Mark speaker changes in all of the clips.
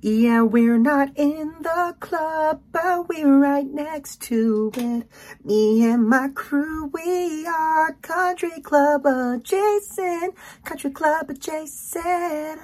Speaker 1: Yeah, we're not in the club, but we're right next to it. Me and my crew, we are country club adjacent. Country club adjacent.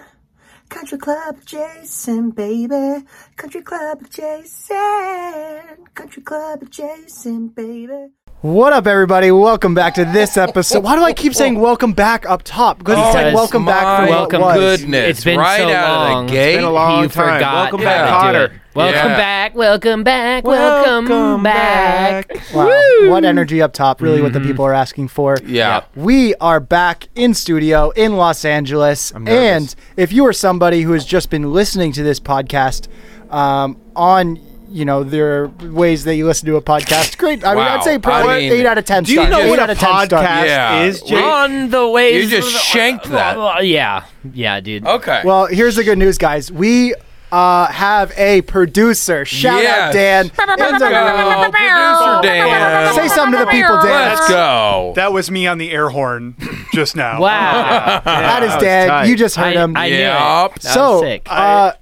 Speaker 1: Country club adjacent, baby. Country club adjacent. Country club adjacent, baby.
Speaker 2: What up, everybody? Welcome back to this episode. Why do I keep saying welcome back up top? Because it's like
Speaker 3: Because
Speaker 2: welcome back
Speaker 3: my
Speaker 2: for
Speaker 3: welcome
Speaker 2: what was.
Speaker 4: goodness.
Speaker 3: It's been
Speaker 4: right
Speaker 3: so
Speaker 4: out
Speaker 3: long.
Speaker 4: of the gate.
Speaker 3: It's been
Speaker 5: a long
Speaker 3: you
Speaker 5: time.
Speaker 3: forgot
Speaker 5: Welcome
Speaker 3: how
Speaker 5: back,
Speaker 3: to do
Speaker 5: Cotter.
Speaker 3: it. Welcome
Speaker 4: Yeah.
Speaker 3: back, welcome back, welcome,
Speaker 5: Welcome
Speaker 3: back.
Speaker 2: Wow, what energy up top, really what the people are asking for.
Speaker 4: Yeah.
Speaker 2: We are back in studio in Los Angeles. and
Speaker 5: nervous.
Speaker 2: if you are somebody who has just been listening to this podcast um, on, you know, there are ways that you listen to a podcast. Great. I mean,
Speaker 4: Wow.
Speaker 2: I'd say probably
Speaker 4: I mean,
Speaker 2: 8 out of 10
Speaker 5: Do you
Speaker 2: stars.
Speaker 5: know
Speaker 2: Eight
Speaker 5: what
Speaker 2: out
Speaker 5: a
Speaker 2: of 10 stars.
Speaker 5: podcast
Speaker 4: Yeah.
Speaker 5: is,
Speaker 4: We-
Speaker 5: Jake?
Speaker 3: On the way.
Speaker 4: You just shanked that.
Speaker 3: Yeah, yeah, dude.
Speaker 4: Okay.
Speaker 2: Well, here's the good news, guys. We uh, have a producer. Shout out,
Speaker 4: Yes.
Speaker 2: Dan. uh,
Speaker 4: Let's go, producer Dan.
Speaker 2: Say something to the people, Dan.
Speaker 4: Let's go.
Speaker 6: That was me on the air horn just now.
Speaker 3: Wow.
Speaker 2: That is
Speaker 5: That was
Speaker 2: Dan.
Speaker 5: tight.
Speaker 2: You just heard
Speaker 3: I,
Speaker 2: him.
Speaker 3: I knew it.
Speaker 4: Yup.
Speaker 3: That was
Speaker 2: so,
Speaker 3: sick.
Speaker 2: Uh,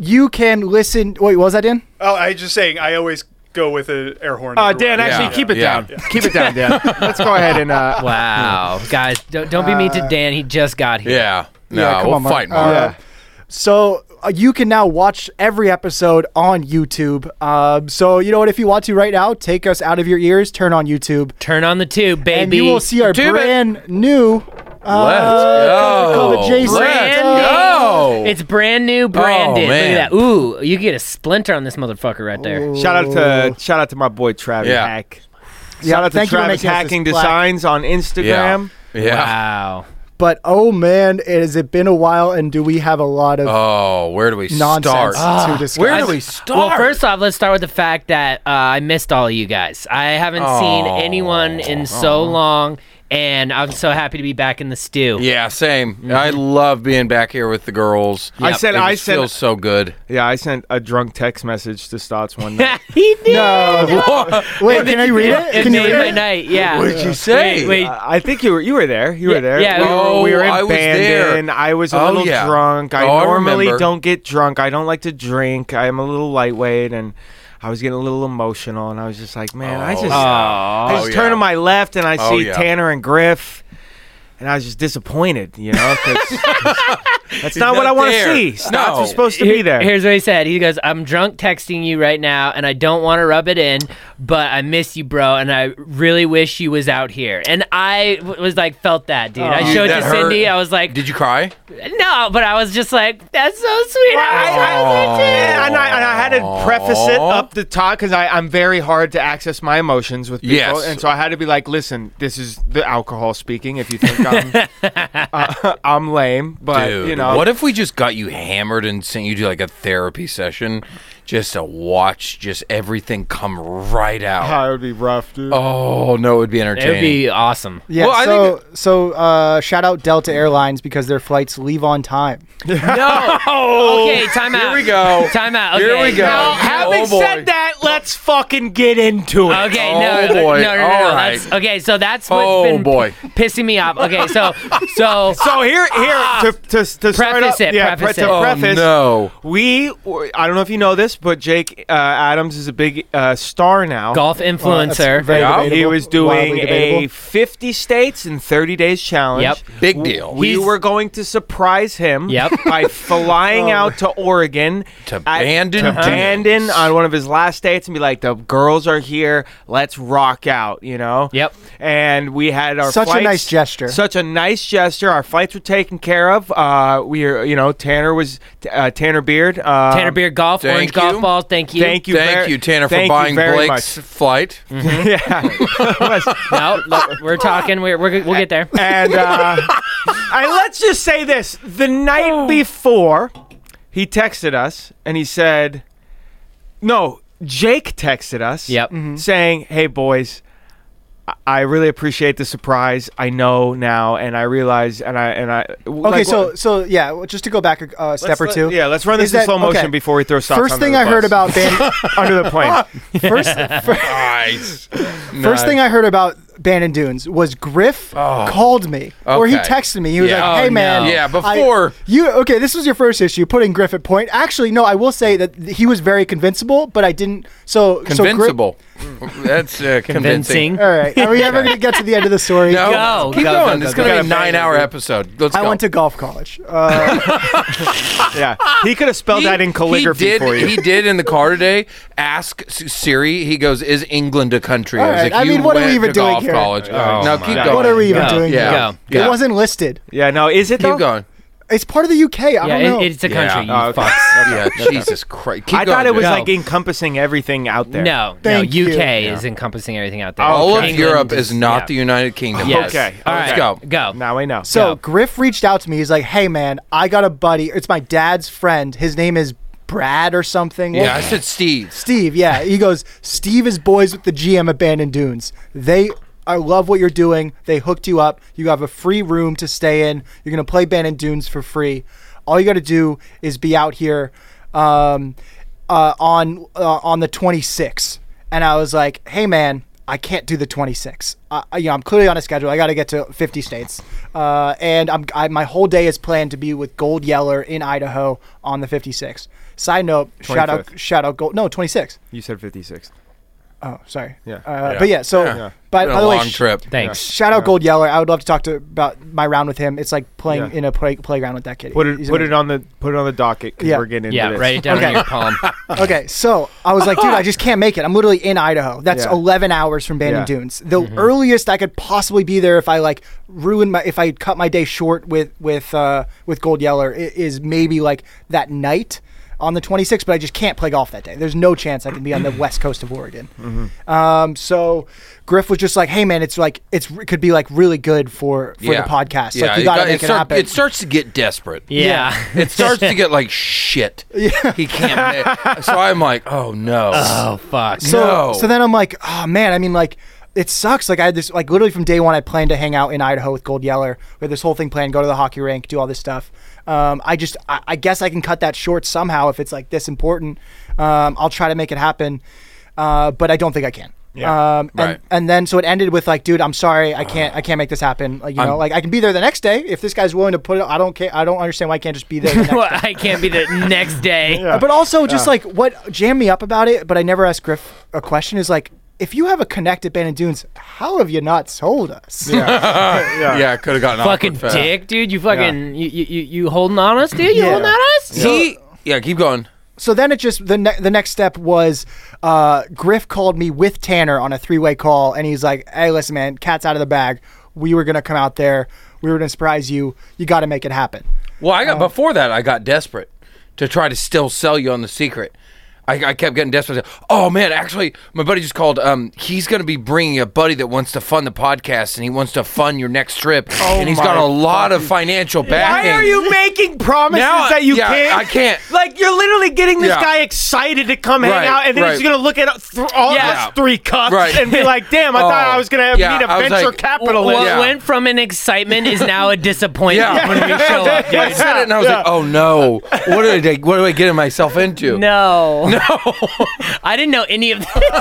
Speaker 2: you can listen. Wait, what was that Dan?
Speaker 6: Oh, I was just saying, I always go with an air horn.
Speaker 5: Uh, Dan,
Speaker 6: everywhere.
Speaker 5: actually,
Speaker 4: Yeah.
Speaker 5: keep it
Speaker 4: Yeah.
Speaker 5: down. Keep it down, Dan. Let's go ahead and. Uh,
Speaker 3: wow, guys, don't, don't be mean to Dan. He just got here.
Speaker 4: yeah. No,
Speaker 2: Yeah, come
Speaker 4: we'll
Speaker 2: on, Mark.
Speaker 4: fight Mark.
Speaker 2: Uh, So uh, you can now watch every episode on YouTube. Um, so you know what? If you want to right now, take us out of your ears, turn on YouTube,
Speaker 3: Turn on the tube, baby.
Speaker 2: and you will see our
Speaker 4: Do it.
Speaker 2: brand new.
Speaker 4: Let's
Speaker 2: call it
Speaker 4: go.
Speaker 2: Jason.
Speaker 4: Let's
Speaker 3: Brand
Speaker 4: go.
Speaker 3: new. It's brand new, branded.
Speaker 4: man.
Speaker 3: Look at that. Ooh, you get a splinter on this motherfucker right there.
Speaker 5: shout out to shout out to my boy Travis
Speaker 4: Yeah.
Speaker 5: Hack.
Speaker 2: Yeah,
Speaker 5: Shout out to
Speaker 2: thank you for
Speaker 5: Travis
Speaker 2: making us
Speaker 5: Hacking
Speaker 2: this black.
Speaker 5: Designs on
Speaker 4: yeah.
Speaker 5: Instagram.
Speaker 4: Yeah.
Speaker 3: Wow.
Speaker 2: But oh man, it has it been a while, and do we have a lot of
Speaker 4: Oh, where do we
Speaker 2: nonsense
Speaker 4: start?
Speaker 2: to discuss?
Speaker 4: Ah. Where do we
Speaker 3: Well,
Speaker 4: start?
Speaker 3: first off, let's start with the fact that uh, I missed all of you guys. I haven't seen
Speaker 4: Oh.
Speaker 3: anyone in so long, and I'm so happy to be back in the stew.
Speaker 4: Yeah, same. I love being back here with the girls.
Speaker 5: I said-
Speaker 4: It
Speaker 5: I
Speaker 4: just
Speaker 5: said-
Speaker 4: feels so good.
Speaker 5: Yeah, I sent a drunk text message to Stotts one night.
Speaker 3: he did.
Speaker 2: No. Wait, can I read it?
Speaker 3: It
Speaker 2: Can you
Speaker 3: made
Speaker 2: read
Speaker 3: my
Speaker 2: it?
Speaker 3: night. Yeah.
Speaker 4: What did you say?
Speaker 3: Wait, wait.
Speaker 5: Uh, I think you were you were there. You
Speaker 3: Yeah,
Speaker 5: were there.
Speaker 3: yeah.
Speaker 5: we, were, we were in
Speaker 4: Oh, I was
Speaker 5: Bandon.
Speaker 4: there.
Speaker 5: I was a
Speaker 4: Oh,
Speaker 5: little
Speaker 4: yeah.
Speaker 5: drunk. I
Speaker 4: Oh, I
Speaker 5: normally
Speaker 4: remember.
Speaker 5: don't get drunk. I don't like to drink. I am a little lightweight, and I was getting a little emotional. And I was just like, man,
Speaker 4: Oh,
Speaker 5: I just
Speaker 4: yeah.
Speaker 5: I
Speaker 4: Oh,
Speaker 5: just
Speaker 4: yeah.
Speaker 5: turn to my left, and I
Speaker 4: Oh,
Speaker 5: see
Speaker 4: yeah.
Speaker 5: Tanner and Griff, and I was just disappointed. You know, 'cause that's not,
Speaker 4: not
Speaker 5: what I want to
Speaker 4: there.
Speaker 5: see. Stotts
Speaker 4: No.
Speaker 5: was supposed to
Speaker 3: Here-
Speaker 5: be there.
Speaker 3: Here's what he said. He goes, "I'm drunk texting you right now, and I don't want to rub it in, but I miss you, bro, and I really wish you was out here." And I w- was like, felt that, dude. I
Speaker 4: Oh, Dude,
Speaker 3: showed
Speaker 4: that
Speaker 3: to Cindy.
Speaker 4: hurt.
Speaker 3: I was like,
Speaker 4: Did you cry?
Speaker 3: "No," but I was just like, "That's so sweet." I was like, "Dude."
Speaker 5: Yeah, and, I, and I had to preface it up the top because I'm very hard to access my emotions with people,
Speaker 4: Yes.
Speaker 5: and so I had to be like, "Listen, this is the alcohol speaking. If you think I'm, uh, I'm lame, but
Speaker 4: Dude,
Speaker 5: you know,
Speaker 4: what if we just got you hammered and sent you to like a therapy session just to watch just everything come right out?
Speaker 5: it would be rough, dude.
Speaker 4: Oh, no, it would be
Speaker 3: It would
Speaker 4: entertaining.
Speaker 3: be awesome.
Speaker 2: Yeah,
Speaker 4: Well, I
Speaker 2: so so uh, shout out Delta Airlines because their flights leave on time.
Speaker 3: No. okay, time out.
Speaker 4: Oh, Here we go.
Speaker 3: Time out. Okay.
Speaker 4: Here we go.
Speaker 3: No,
Speaker 5: Having
Speaker 4: Oh, boy.
Speaker 5: said that, let's fucking get into it.
Speaker 3: Okay,
Speaker 4: Oh,
Speaker 3: no, no,
Speaker 4: boy.
Speaker 3: no, no, no,
Speaker 4: All
Speaker 3: no.
Speaker 4: right.
Speaker 3: That's, okay, so that's what's
Speaker 4: Oh,
Speaker 3: been
Speaker 4: boy.
Speaker 3: pissing me off. Okay, so, so,
Speaker 5: So here, here to to, to start
Speaker 3: Preface
Speaker 5: up,
Speaker 3: it,
Speaker 5: yeah,
Speaker 3: preface
Speaker 5: pre- to
Speaker 3: it.
Speaker 4: Ah. oh,
Speaker 5: preface,
Speaker 4: no.
Speaker 5: we, were- I don't know if you know this, but Jake uh, Adams is a big uh, star now.
Speaker 3: golf
Speaker 2: Uh, that's
Speaker 3: influencer.
Speaker 2: very
Speaker 4: Yeah.
Speaker 2: debatable,
Speaker 5: Oh, He was
Speaker 2: wildly
Speaker 5: doing
Speaker 2: debatable.
Speaker 5: a 50 states in 30 days challenge.
Speaker 3: Yep.
Speaker 4: Big deal.
Speaker 5: We
Speaker 3: He's-
Speaker 5: were going to surprise him
Speaker 3: Yep. Oh.
Speaker 5: by flying out to Oregon
Speaker 4: To
Speaker 5: at-
Speaker 4: Bandon
Speaker 5: to
Speaker 4: Dunes.
Speaker 5: Bandon on one of his last states and be like, the girls are here. Let's rock out, you know?
Speaker 3: Yep.
Speaker 5: And we had our
Speaker 2: Such a
Speaker 5: flights-
Speaker 2: nice gesture.
Speaker 5: Such a nice gesture. Our flights were taken care of. Uh, we are, you know, Tanner was, uh, Tanner Beard. Uh,
Speaker 3: Tanner Beard Golf,
Speaker 4: Thank
Speaker 3: Orange
Speaker 4: you.
Speaker 3: Golf Balls. Thank you.
Speaker 5: Thank you,
Speaker 4: thank
Speaker 5: very-
Speaker 4: you, Tanner,
Speaker 5: thank
Speaker 4: for buying
Speaker 5: you very
Speaker 4: Blake's flight.
Speaker 5: Much. Yeah.
Speaker 3: No, look, we're talking. We're, we're, we'll get there.
Speaker 5: And uh, and let's just say this: the night before, he texted us and he said, "No." Jake texted us,
Speaker 3: Yep.
Speaker 4: Mm-hmm.
Speaker 3: Mhm.
Speaker 5: saying, "Hey boys, I- I really appreciate the surprise. I know now, and I realize, and I and I."
Speaker 2: Okay, so so yeah, well, just to go back a uh, step or two.
Speaker 5: Yeah, let's run this
Speaker 2: is
Speaker 5: in
Speaker 2: that-
Speaker 5: slow motion
Speaker 2: okay.
Speaker 5: before we throw stops.
Speaker 2: First
Speaker 5: under
Speaker 2: thing
Speaker 5: the
Speaker 2: I heard
Speaker 5: bus.
Speaker 2: about Bandon.
Speaker 5: under the plane.
Speaker 2: First,
Speaker 4: Nice.
Speaker 2: First thing I heard about Bandon Dunes was Griff called me or he
Speaker 4: Oh. Okay.
Speaker 2: texted me. He was
Speaker 4: Yeah.
Speaker 2: like, "Hey
Speaker 3: Oh,
Speaker 2: man,
Speaker 3: no.
Speaker 4: Yeah,
Speaker 2: I-
Speaker 4: before-
Speaker 2: you okay, this was your first issue putting Griff at point. Actually, no, I will say that he was very convincible, but I didn't. So So
Speaker 4: Convincible. That's uh, convincing.
Speaker 3: Convincing.
Speaker 2: Griff, all right, are we ever going to get to the end of the story?
Speaker 4: No,
Speaker 3: Go,
Speaker 4: keep
Speaker 3: go, go,
Speaker 4: going.
Speaker 3: go,
Speaker 4: it's
Speaker 3: go.
Speaker 4: gonna be
Speaker 3: Gotta
Speaker 4: a nine-hour episode. Let's
Speaker 2: I
Speaker 4: go.
Speaker 2: went to golf college. Uh,
Speaker 5: Yeah, he could have spelled that in calligraphy
Speaker 4: did,
Speaker 5: for you.
Speaker 4: He did in the car today. Ask S- Siri. He goes, "Is England a country?"
Speaker 2: All
Speaker 4: I was
Speaker 2: right,
Speaker 4: like,
Speaker 2: I
Speaker 4: "You
Speaker 2: mean, what are we
Speaker 4: went
Speaker 2: even
Speaker 4: to
Speaker 2: doing
Speaker 4: golf
Speaker 2: here?
Speaker 4: College.
Speaker 5: Oh,
Speaker 4: no,
Speaker 5: my
Speaker 4: keep
Speaker 5: God.
Speaker 4: going.
Speaker 2: what are we even
Speaker 3: Go,
Speaker 2: doing? here?
Speaker 4: go,
Speaker 2: It
Speaker 4: go.
Speaker 2: wasn't listed.
Speaker 5: yeah, no, is it though?
Speaker 4: Keep going.
Speaker 2: It's part of the UK. I
Speaker 3: Yeah,
Speaker 2: don't know.
Speaker 3: it, it's a
Speaker 4: Yeah.
Speaker 3: country. You
Speaker 5: Oh, okay.
Speaker 3: fucks.
Speaker 4: Yeah, Jesus Christ. Keep
Speaker 5: I
Speaker 4: going,
Speaker 5: thought it was
Speaker 4: Jay.
Speaker 3: Go.
Speaker 5: like encompassing everything out there.
Speaker 3: No,
Speaker 2: Thank
Speaker 3: no.
Speaker 2: you.
Speaker 3: UK is encompassing everything out there.
Speaker 4: all of
Speaker 3: England
Speaker 4: Europe is not
Speaker 3: yeah.
Speaker 4: the United Kingdom.
Speaker 3: Yes.
Speaker 5: Okay,
Speaker 3: All
Speaker 4: let's
Speaker 3: right.
Speaker 4: go.
Speaker 3: Go.
Speaker 5: Now I know.
Speaker 2: So
Speaker 3: Yeah.
Speaker 2: Griff reached out to me. He's like, "Hey man, I got a buddy. It's my dad's friend. His name is Brad or something."
Speaker 4: Yeah, I said Steve.
Speaker 2: Steve. Yeah, he goes. Steve is boys with the GM at Bandon Dunes. They I love what you're doing. They hooked you up. You have a free room to stay in. You're gonna play Bandon Dunes for free. All you got to do is be out here um, uh, on uh, on the 26th. And I was like, "Hey man, I can't do the 26. I, I- you know, I'm clearly on a schedule. I got to get to 50 states, uh, and I'm I, my whole day is planned to be with Gold Yeller in Idaho on the 56. Side note, shout out,
Speaker 5: 25th.
Speaker 2: shout out, Gold. No, 26.
Speaker 5: You said 56.
Speaker 2: Oh, sorry.
Speaker 5: Yeah.
Speaker 2: Uh, But yeah, so
Speaker 4: Yeah.
Speaker 2: by,
Speaker 4: Been
Speaker 2: by
Speaker 4: a
Speaker 2: the way,
Speaker 4: long
Speaker 2: sh-
Speaker 4: trip.
Speaker 3: Thanks.
Speaker 2: shout out Gold Yeller. I would love to talk to about my round with him. It's like playing
Speaker 5: Yeah.
Speaker 2: in a play, playground with that kid.
Speaker 5: Put it put it on the put it on the docket 'cause
Speaker 2: Yeah.
Speaker 5: we're getting into
Speaker 3: Yeah,
Speaker 5: this.
Speaker 3: write it down
Speaker 2: Okay.
Speaker 3: in your palm.
Speaker 2: Okay, so I was like, dude, I just can't make it. I'm literally in Idaho. That's
Speaker 5: Yeah.
Speaker 2: 11 hours from Bandon
Speaker 5: Yeah.
Speaker 2: Dunes. The
Speaker 4: Mm-hmm.
Speaker 2: earliest I could possibly be there if I like ruin my if I cut my day short with with uh with Gold Yeller i- is maybe like that night on the 26th, but I just can't play golf that day. There's no chance I can be on the west coast of Oregon.
Speaker 4: Mm-hmm.
Speaker 2: Um, so Griff was just like, hey man, it's like it's it could be like really good for for the podcast.
Speaker 4: Yeah,
Speaker 2: like you
Speaker 4: it
Speaker 2: got to
Speaker 4: got- it
Speaker 2: make it,
Speaker 4: start-
Speaker 2: happen.
Speaker 4: It starts to get desperate.
Speaker 3: Yeah.
Speaker 4: It starts to get like shit. Yeah. He can't. ma- so I'm like, oh no.
Speaker 3: oh fuck.
Speaker 2: So
Speaker 4: No.
Speaker 2: Uh, so then I'm like, oh man, I mean like it sucks. Like I had this like literally from day one I planned to hang out in Idaho with Gold Yeller. We had this whole thing planned, go to the hockey rink, do all this stuff. Um, I just I, I guess I can cut that short somehow if it's like this important. Um, I'll try to make it happen. Uh, but I don't think I can.
Speaker 5: Yeah.
Speaker 2: Um, and,
Speaker 4: Right.
Speaker 2: and then so it ended with like, dude, I'm sorry, I can't, I can't make this happen. Like, you know, like I can be there the next day if this guy's willing to put it. I don't care. I don't understand why I can't just be there. The next
Speaker 3: Well, I can't be the next day.
Speaker 2: but also just like what jammed me up about it, but I never asked Griff a question is like, if you have a connect at Bandon Dunes, how have you not told us?
Speaker 4: yeah, it could have gotten
Speaker 3: Fucking
Speaker 4: awkward fast.
Speaker 3: dick, dude. You fucking you, you you you holding on us, dude. You
Speaker 2: Yeah.
Speaker 3: holding on us?
Speaker 4: He. Yeah, keep going.
Speaker 2: So then it just the ne- the next step was uh, Griff called me with Tanner on a three way call, and he's like, "Hey, listen, man, cat's out of the bag. We were gonna come out there. We were gonna surprise you. You got to make it happen."
Speaker 4: Well, I got before that. I got desperate to try to still sell you on the secret. I, I kept getting desperate. Oh man, actually, my buddy just called. Um, he's going to be bringing a buddy that wants to fund the podcast, and he wants to fund your next trip. and he's got
Speaker 5: my
Speaker 4: a lot of financial backing.
Speaker 5: Why are you making promises
Speaker 4: Now-
Speaker 5: that you
Speaker 4: yeah,
Speaker 5: can't?
Speaker 4: I can't.
Speaker 5: Like you're literally getting this
Speaker 4: Yeah.
Speaker 5: guy excited to come
Speaker 4: Right,
Speaker 5: hang out, and then
Speaker 4: right.
Speaker 5: he's gonna look at th- all
Speaker 3: Yeah.
Speaker 5: us three cups
Speaker 4: Right.
Speaker 5: and be like, "Damn, I thought
Speaker 4: Oh,
Speaker 5: I was gonna
Speaker 4: yeah,
Speaker 5: need a
Speaker 4: I was
Speaker 5: venture
Speaker 4: like,
Speaker 5: capitalist."
Speaker 3: What
Speaker 4: Yeah.
Speaker 3: went from an excitement is now a disappointment
Speaker 4: Yeah.
Speaker 3: when we show up, dude.
Speaker 4: I said it, and I was like, "Oh no, what did I? What am I getting myself into?"
Speaker 3: No. No. I didn't know any of this. This is-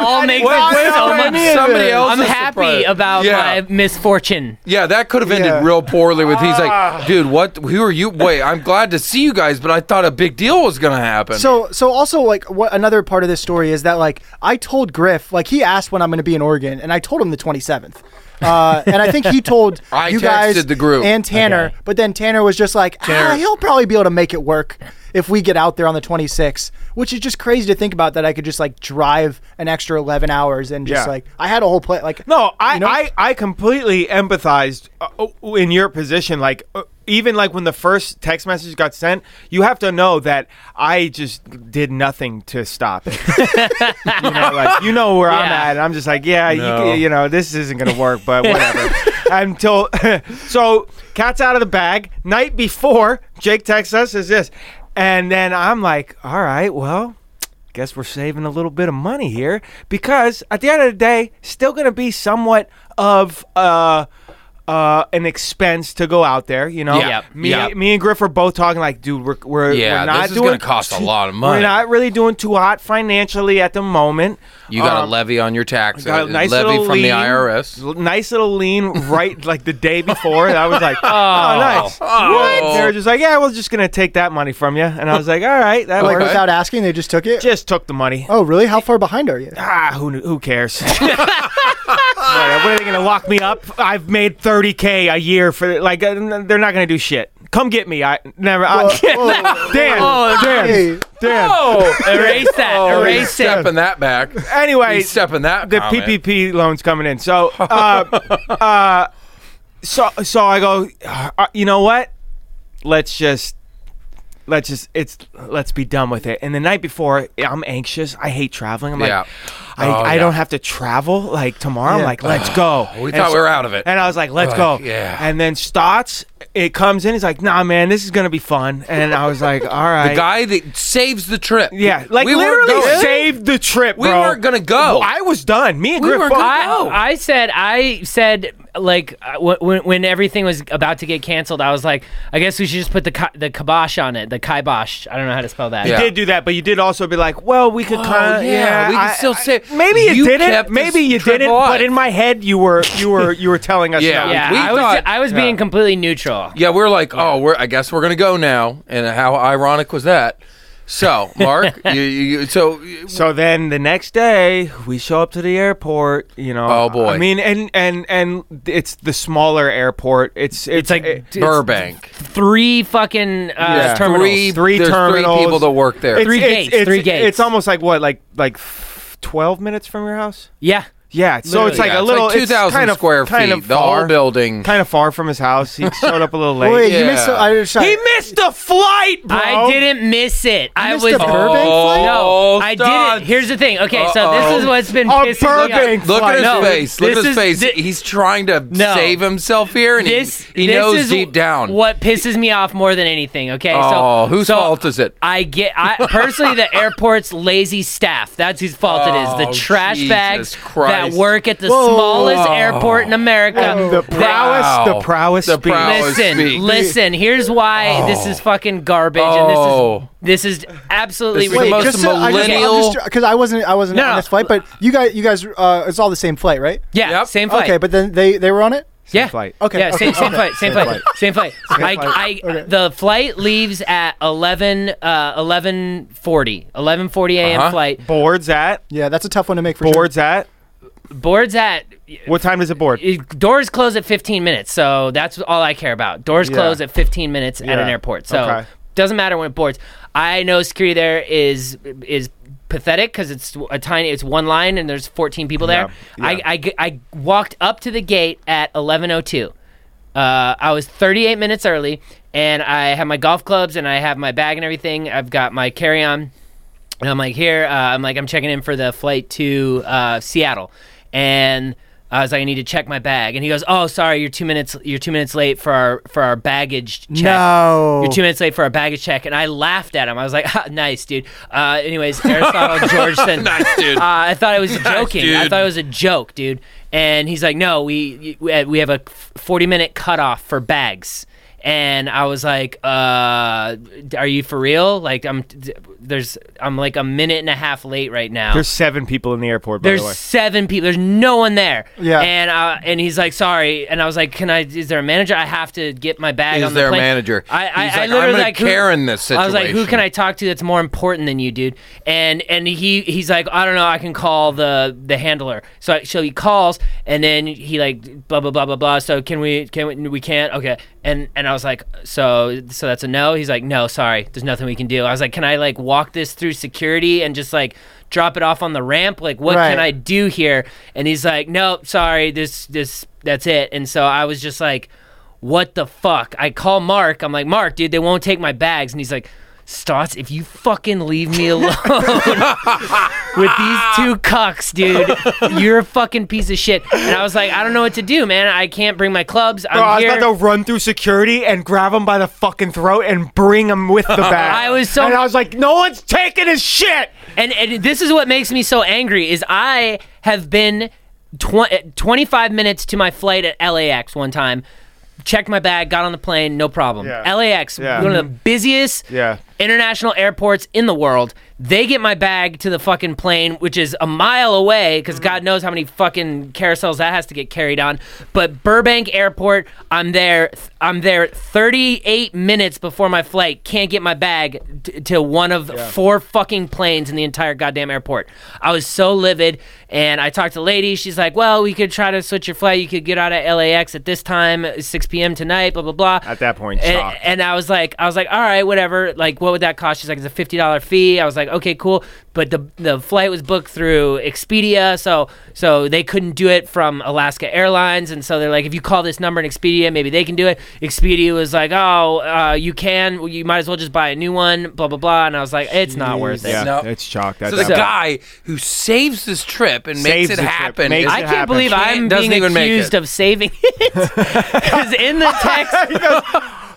Speaker 3: all makes
Speaker 4: Wait,
Speaker 3: sense
Speaker 4: wait,
Speaker 3: so
Speaker 4: wait,
Speaker 3: much.
Speaker 4: wait, somebody else
Speaker 3: I'm
Speaker 4: is
Speaker 3: happy
Speaker 4: surprised.
Speaker 3: about
Speaker 4: Yeah.
Speaker 3: my misfortune.
Speaker 4: Yeah, that could have ended
Speaker 2: Yeah.
Speaker 4: real poorly with he's
Speaker 5: Ah.
Speaker 4: like, dude, what? Who are you? Wait, I'm glad to see you guys, but I thought a big deal was gonna happen.
Speaker 2: So so also like what another part of this story is that like I told Griff like he asked when I'm going to be in Oregon and I told him the 27th. Uh, and I think he told
Speaker 4: I
Speaker 2: you guys
Speaker 4: texted the group.
Speaker 2: and Tanner, but then Tanner was just like, ah,
Speaker 4: Tanner-
Speaker 2: he'll probably be able to make it work if we get out there on the 26th, which is just crazy to think about that I could just like drive an extra 11 hours and just
Speaker 5: Yeah.
Speaker 2: like I had a whole play like
Speaker 5: No, I,
Speaker 2: you know?
Speaker 5: I, I completely empathized uh, oh, in your position. Like, uh, even like when the first text message got sent, you have to know that I just did nothing to stop it. you, know, like, you know where I'm
Speaker 3: Yeah.
Speaker 5: at. And I'm just like, yeah, you,
Speaker 4: No.
Speaker 5: c- you know, this isn't going to work, but whatever. Until so, cat's out of the bag. Night before, Jake texts us, is this. And then I'm like, all right, well, guess we're saving a little bit of money here because at the end of the day, still going to be somewhat of uh, uh, an expense to go out there. You know,
Speaker 4: Yeah. Yep.
Speaker 5: me,
Speaker 4: Yeah.
Speaker 5: me and Griff are both talking like, dude, we're we're,
Speaker 4: Yeah,
Speaker 5: we're not
Speaker 4: this is
Speaker 5: doing
Speaker 4: gonna cost a lot of money.
Speaker 5: We're not really doing too hot financially at the moment.
Speaker 4: You got
Speaker 5: Um,
Speaker 4: a levy on your tax.
Speaker 5: got
Speaker 4: a levy from the
Speaker 5: lean-
Speaker 4: IRS.
Speaker 5: l- Nice little lean right like the day before. And I was like, oh, nice.
Speaker 4: Oh.
Speaker 5: What? They were just like, yeah, we're just going to take that money from you. And I was like, all right, that
Speaker 2: Like
Speaker 5: works.
Speaker 2: without asking, they just took it.
Speaker 5: Just took the money.
Speaker 2: oh, really? How far behind are you?
Speaker 5: Ah, who, kn- who cares? what, are they going to lock me up? I've made 30K a year for, like, uh, n- they're not going to do shit. Come get me. I never. I,
Speaker 2: Oh,
Speaker 5: Dan,
Speaker 3: Oh,
Speaker 5: Dan,
Speaker 2: hey.
Speaker 5: Dan.
Speaker 3: Oh, erase that.
Speaker 4: he's
Speaker 3: erase it.
Speaker 4: stepping that back.
Speaker 5: Anyway,
Speaker 4: He's stepping that.
Speaker 5: the
Speaker 4: comment.
Speaker 5: PPP loans coming in. So, uh, uh, so, so I go. "Uh, You know what? Let's just, let's just, it's, let's be done with it. And the night before, I'm anxious. I hate traveling. I'm
Speaker 4: Yeah.
Speaker 5: like, I,
Speaker 4: Oh,
Speaker 5: I
Speaker 4: yeah.
Speaker 5: don't have to travel like tomorrow. I'm
Speaker 2: Yeah.
Speaker 5: like, let's go.
Speaker 4: We
Speaker 5: And
Speaker 4: thought
Speaker 5: so-
Speaker 4: we were out of it.
Speaker 5: and I was like, let's
Speaker 4: Like,
Speaker 5: go.
Speaker 4: yeah.
Speaker 5: And then Stotts, it comes in. He's like, nah, man, this is gonna be fun. And I was like, all right.
Speaker 4: the guy that saves the trip.
Speaker 5: Yeah, like
Speaker 4: we weren't
Speaker 5: literally
Speaker 4: going.
Speaker 5: saved the trip,
Speaker 4: We
Speaker 5: bro.
Speaker 4: weren't gonna go.
Speaker 5: Well, I was done. Me and
Speaker 4: We
Speaker 5: Griff
Speaker 4: weren't
Speaker 5: both-
Speaker 4: gonna go.
Speaker 3: I, I said I said like uh, wh- when when everything was about to get canceled, I was like, I guess we should just put the ki- the kibosh on it, the kibosh. I don't know how to spell that.
Speaker 4: Yeah.
Speaker 5: did do that, but you did also be like, well, we could
Speaker 4: Oh,
Speaker 5: kind of,
Speaker 4: yeah, we could still say-
Speaker 5: Maybe you,
Speaker 4: You kept
Speaker 5: didn't. Maybe
Speaker 4: this
Speaker 5: you
Speaker 4: trip
Speaker 5: didn't.
Speaker 4: alive.
Speaker 5: But in my head, you were, you were, you were telling us.
Speaker 4: Yeah.
Speaker 5: no.
Speaker 3: Yeah,
Speaker 4: We
Speaker 3: I was
Speaker 4: thought-
Speaker 3: I was being completely neutral.
Speaker 4: Yeah, we're like, oh, we're. I guess we're gonna go now. And how ironic was that? So, Mark, you, you, you- so
Speaker 5: So then the next day, we show up to the airport. You know,
Speaker 4: Oh, boy.
Speaker 5: I mean, and and and it's the smaller airport. It's
Speaker 3: It's
Speaker 5: it's,
Speaker 3: like
Speaker 5: it-
Speaker 3: t-
Speaker 4: Burbank.
Speaker 3: three fucking uh, terminals.
Speaker 4: Three,
Speaker 5: Three
Speaker 4: there's
Speaker 5: terminals.
Speaker 4: Three people that work there.
Speaker 5: it's-
Speaker 3: Three
Speaker 5: it's-
Speaker 3: gates,
Speaker 5: it's-
Speaker 3: three gates.
Speaker 5: It's almost like what, like like twelve minutes from your house.
Speaker 3: Yeah,
Speaker 5: Yeah, so
Speaker 3: Literally.
Speaker 5: it's like
Speaker 4: Yeah,
Speaker 5: a
Speaker 4: it's
Speaker 5: little
Speaker 4: like 2,000
Speaker 5: kind of,
Speaker 4: square
Speaker 5: kind
Speaker 4: feet.
Speaker 5: Of
Speaker 4: the
Speaker 5: far,
Speaker 4: whole building.
Speaker 5: kind of far from his house. He showed up a little late.
Speaker 2: Oh, wait, you
Speaker 4: Yeah.
Speaker 2: missed. The, I just
Speaker 5: He missed the flight, bro.
Speaker 3: I didn't miss it. I
Speaker 2: missed
Speaker 3: was
Speaker 2: the Burbank flight?
Speaker 3: No, I
Speaker 4: Stunts.
Speaker 3: didn't. Here's the thing. Okay, so this is what's been
Speaker 5: A
Speaker 3: pissing me
Speaker 5: Burbank
Speaker 3: off.
Speaker 4: Look at his
Speaker 3: No,
Speaker 4: face. Look at
Speaker 3: this
Speaker 4: his
Speaker 3: is-
Speaker 4: face.
Speaker 3: thi-
Speaker 4: He's trying to
Speaker 3: No.
Speaker 4: save himself here, and
Speaker 3: this
Speaker 4: he, he
Speaker 3: this
Speaker 4: knows
Speaker 3: is
Speaker 4: deep down.
Speaker 3: what pisses me off more than anything. Okay,
Speaker 4: Oh,
Speaker 3: so
Speaker 4: whose
Speaker 3: so
Speaker 4: fault is it?
Speaker 3: I get I personally the airport's lazy staff. That's whose fault it
Speaker 4: Oh,
Speaker 3: is. The trash
Speaker 4: Jesus
Speaker 3: bags
Speaker 4: Christ. Oh.
Speaker 3: that work at the smallest airport in America.
Speaker 5: And the
Speaker 3: They-
Speaker 5: prowess,
Speaker 4: Wow.
Speaker 5: the prowess,
Speaker 4: The
Speaker 5: speaks.
Speaker 4: prowess.
Speaker 3: Listen,
Speaker 4: speak.
Speaker 3: listen. Here's why this is fucking garbage,
Speaker 4: Oh.
Speaker 3: and this is this is absolutely
Speaker 4: This is the
Speaker 3: ridiculous.
Speaker 4: most millennial-
Speaker 2: because I wasn't I wasn't
Speaker 3: No.
Speaker 2: on this flight, but you guys you guys uh, it's all the same flight, right?
Speaker 3: yeah,
Speaker 4: Yep.
Speaker 3: same flight.
Speaker 2: Okay, but then they they were on it.
Speaker 3: yeah,
Speaker 5: flight.
Speaker 2: Okay,
Speaker 3: yeah,
Speaker 2: okay,
Speaker 3: same, same
Speaker 2: okay.
Speaker 3: flight, same,
Speaker 2: Same
Speaker 3: flight, same flight. I, I,
Speaker 2: Okay.
Speaker 3: the flight leaves at 11, uh, 11.40, 11.40 a.m.
Speaker 4: Uh-huh.
Speaker 3: flight.
Speaker 5: Boards at
Speaker 2: Yeah, that's a tough one to make for
Speaker 5: boards at.
Speaker 3: Boards at
Speaker 5: What time does it board?
Speaker 3: it- doors close at 15 minutes so that's all i care about doors
Speaker 5: Yeah.
Speaker 3: close at 15 minutes at an
Speaker 5: Yeah.
Speaker 3: airport so
Speaker 5: Okay.
Speaker 3: doesn't matter when it boards i know security there is is pathetic because it's a tiny it's one line and there's 14 people there
Speaker 5: Yeah.
Speaker 3: I,
Speaker 5: Yeah.
Speaker 3: I g- I walked up to the gate at 1102 uh, I was 38 minutes early, and I have my golf clubs and I have my bag and everything. I've got my carry on, and I'm like, here, uh, I'm like, I'm checking in for the flight to uh, Seattle, and I was like, I need to check my bag, and he goes, oh, sorry, you're two minutes, you're two minutes late for our for our baggage check.
Speaker 2: No.
Speaker 3: You're two minutes late for our baggage check, and I laughed at him. I was like, "Ha, "Nice, dude." Uh, anyways, Aristotle Georgeson.
Speaker 4: Nice, dude.
Speaker 3: Uh, I thought I was joking. I
Speaker 4: dude.
Speaker 3: thought it was a joke, dude. And he's like, "No, we we we have a forty minute cutoff for bags." And I was like, uh, "Are you for real? Like, I'm there's I'm like a minute and a half late right now."
Speaker 5: There's seven people in the airport. By
Speaker 3: There's
Speaker 5: the way.
Speaker 3: seven people. There's no one there.
Speaker 2: Yeah.
Speaker 3: And uh, and he's like, sorry. And I was like, can I? Is there a manager? I have to get my bag
Speaker 4: Is
Speaker 3: on the
Speaker 4: there a
Speaker 3: plane.
Speaker 4: manager?
Speaker 3: I, I,
Speaker 4: He's
Speaker 3: I
Speaker 4: like, I'm
Speaker 3: literally
Speaker 4: a
Speaker 3: like, who-
Speaker 4: Karen in this
Speaker 3: I was like, who
Speaker 4: situation.
Speaker 3: can I talk to that's more important than you, dude? And and he he's like, I don't know. I can call the the handler. So I, so he calls, and then he like blah blah blah blah blah. So can we can we, we can't okay. And and I was like, so so that's a no. He's like, no, sorry. There's nothing we can do. I was like, can I like walk this through security and just like drop it off on the ramp? Like, what
Speaker 2: Right.
Speaker 3: can I do here? And he's like, nope, sorry, this, this, that's it. And so I was just like, what the fuck? I call Mark. I'm like, Mark, dude, they won't take my bags. And he's like, Stotts, if you fucking leave me alone with these two cucks, dude, you're a fucking piece of shit. And I was like, I don't know what to do, man. I can't bring my clubs. I'm
Speaker 5: Bro, I was
Speaker 3: here.
Speaker 5: about to run through security and grab him by the fucking throat and bring him with the bag.
Speaker 3: I was so-
Speaker 5: and I was like, no one's taking his shit.
Speaker 3: and and this is what makes me so angry is I have been tw- 25 minutes to my flight at LAX one time. Checked my bag, got on the plane, no problem.
Speaker 5: Yeah.
Speaker 3: LAX,
Speaker 5: Yeah.
Speaker 3: one of the busiest
Speaker 5: Yeah.
Speaker 3: international airports in the world. They get my bag to the fucking plane, which is a mile away
Speaker 5: Mm-hmm.
Speaker 3: because God knows how many fucking carousels that has to get carried on. But Burbank Airport, I'm there. I'm there 38 minutes before my flight. Can't get my bag t- to one of four fucking planes in the entire goddamn airport. I was so livid, and I talked to the lady. She's like, "Well, we could try to switch your flight. You could get out of LAX at this time, 6 p.m. tonight. Blah blah blah."
Speaker 5: At that point,
Speaker 3: and,
Speaker 5: shocked.
Speaker 3: and I was like, I was like, all right, whatever. Like, what would that cost? She's like, it's a fifty dollar fee. I was like, okay, cool. But the the flight was booked through Expedia, so so they couldn't do it from Alaska Airlines, and so they're like, if you call this number in Expedia, maybe they can do it. Expedia was like, oh, uh, you can. well, You might as well just buy a new one. Blah blah blah. And I was like, it's not worth it.
Speaker 5: Yeah,
Speaker 4: No.
Speaker 5: it's chalk. That's
Speaker 4: So the
Speaker 3: So-
Speaker 4: guy who saves this trip and
Speaker 5: Saves
Speaker 4: makes it
Speaker 5: the trip,
Speaker 4: happen.
Speaker 5: makes
Speaker 4: is-
Speaker 3: I
Speaker 5: it
Speaker 3: can't
Speaker 5: happen.
Speaker 3: believe
Speaker 4: Can't-
Speaker 3: I'm
Speaker 4: doesn't
Speaker 3: being
Speaker 4: even make
Speaker 3: accused
Speaker 4: it.
Speaker 3: of saving it. Because in the text,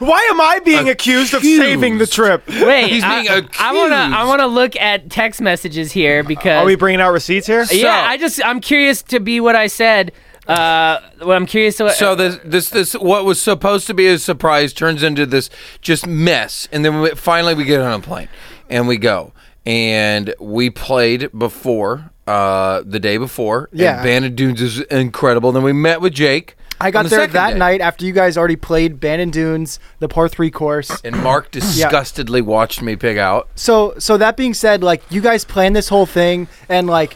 Speaker 5: Why am I being accused of saving the trip?
Speaker 3: wait,
Speaker 4: He's
Speaker 3: I,
Speaker 4: being
Speaker 3: I wanna I
Speaker 4: accused.
Speaker 3: wanna look at text messages here because
Speaker 5: Are we bringing out receipts here?
Speaker 3: yeah,
Speaker 4: So-
Speaker 3: I just I'm curious to be what I said. Uh, what I'm curious to
Speaker 4: So this this this what was supposed to be a surprise turns into this just mess, and then we, finally we get on a plane and we go and we played before uh the day before.
Speaker 2: Yeah.
Speaker 4: and Band of Dunes is incredible. Then we met with Jake.
Speaker 2: I
Speaker 4: on
Speaker 2: got
Speaker 4: the
Speaker 2: there
Speaker 4: second
Speaker 2: that
Speaker 4: day.
Speaker 2: night after you guys already played Bannon Dunes, the par three course.
Speaker 4: and Mark disgustedly watched me pick out.
Speaker 2: So, so that being said, like you guys planned this whole thing, and like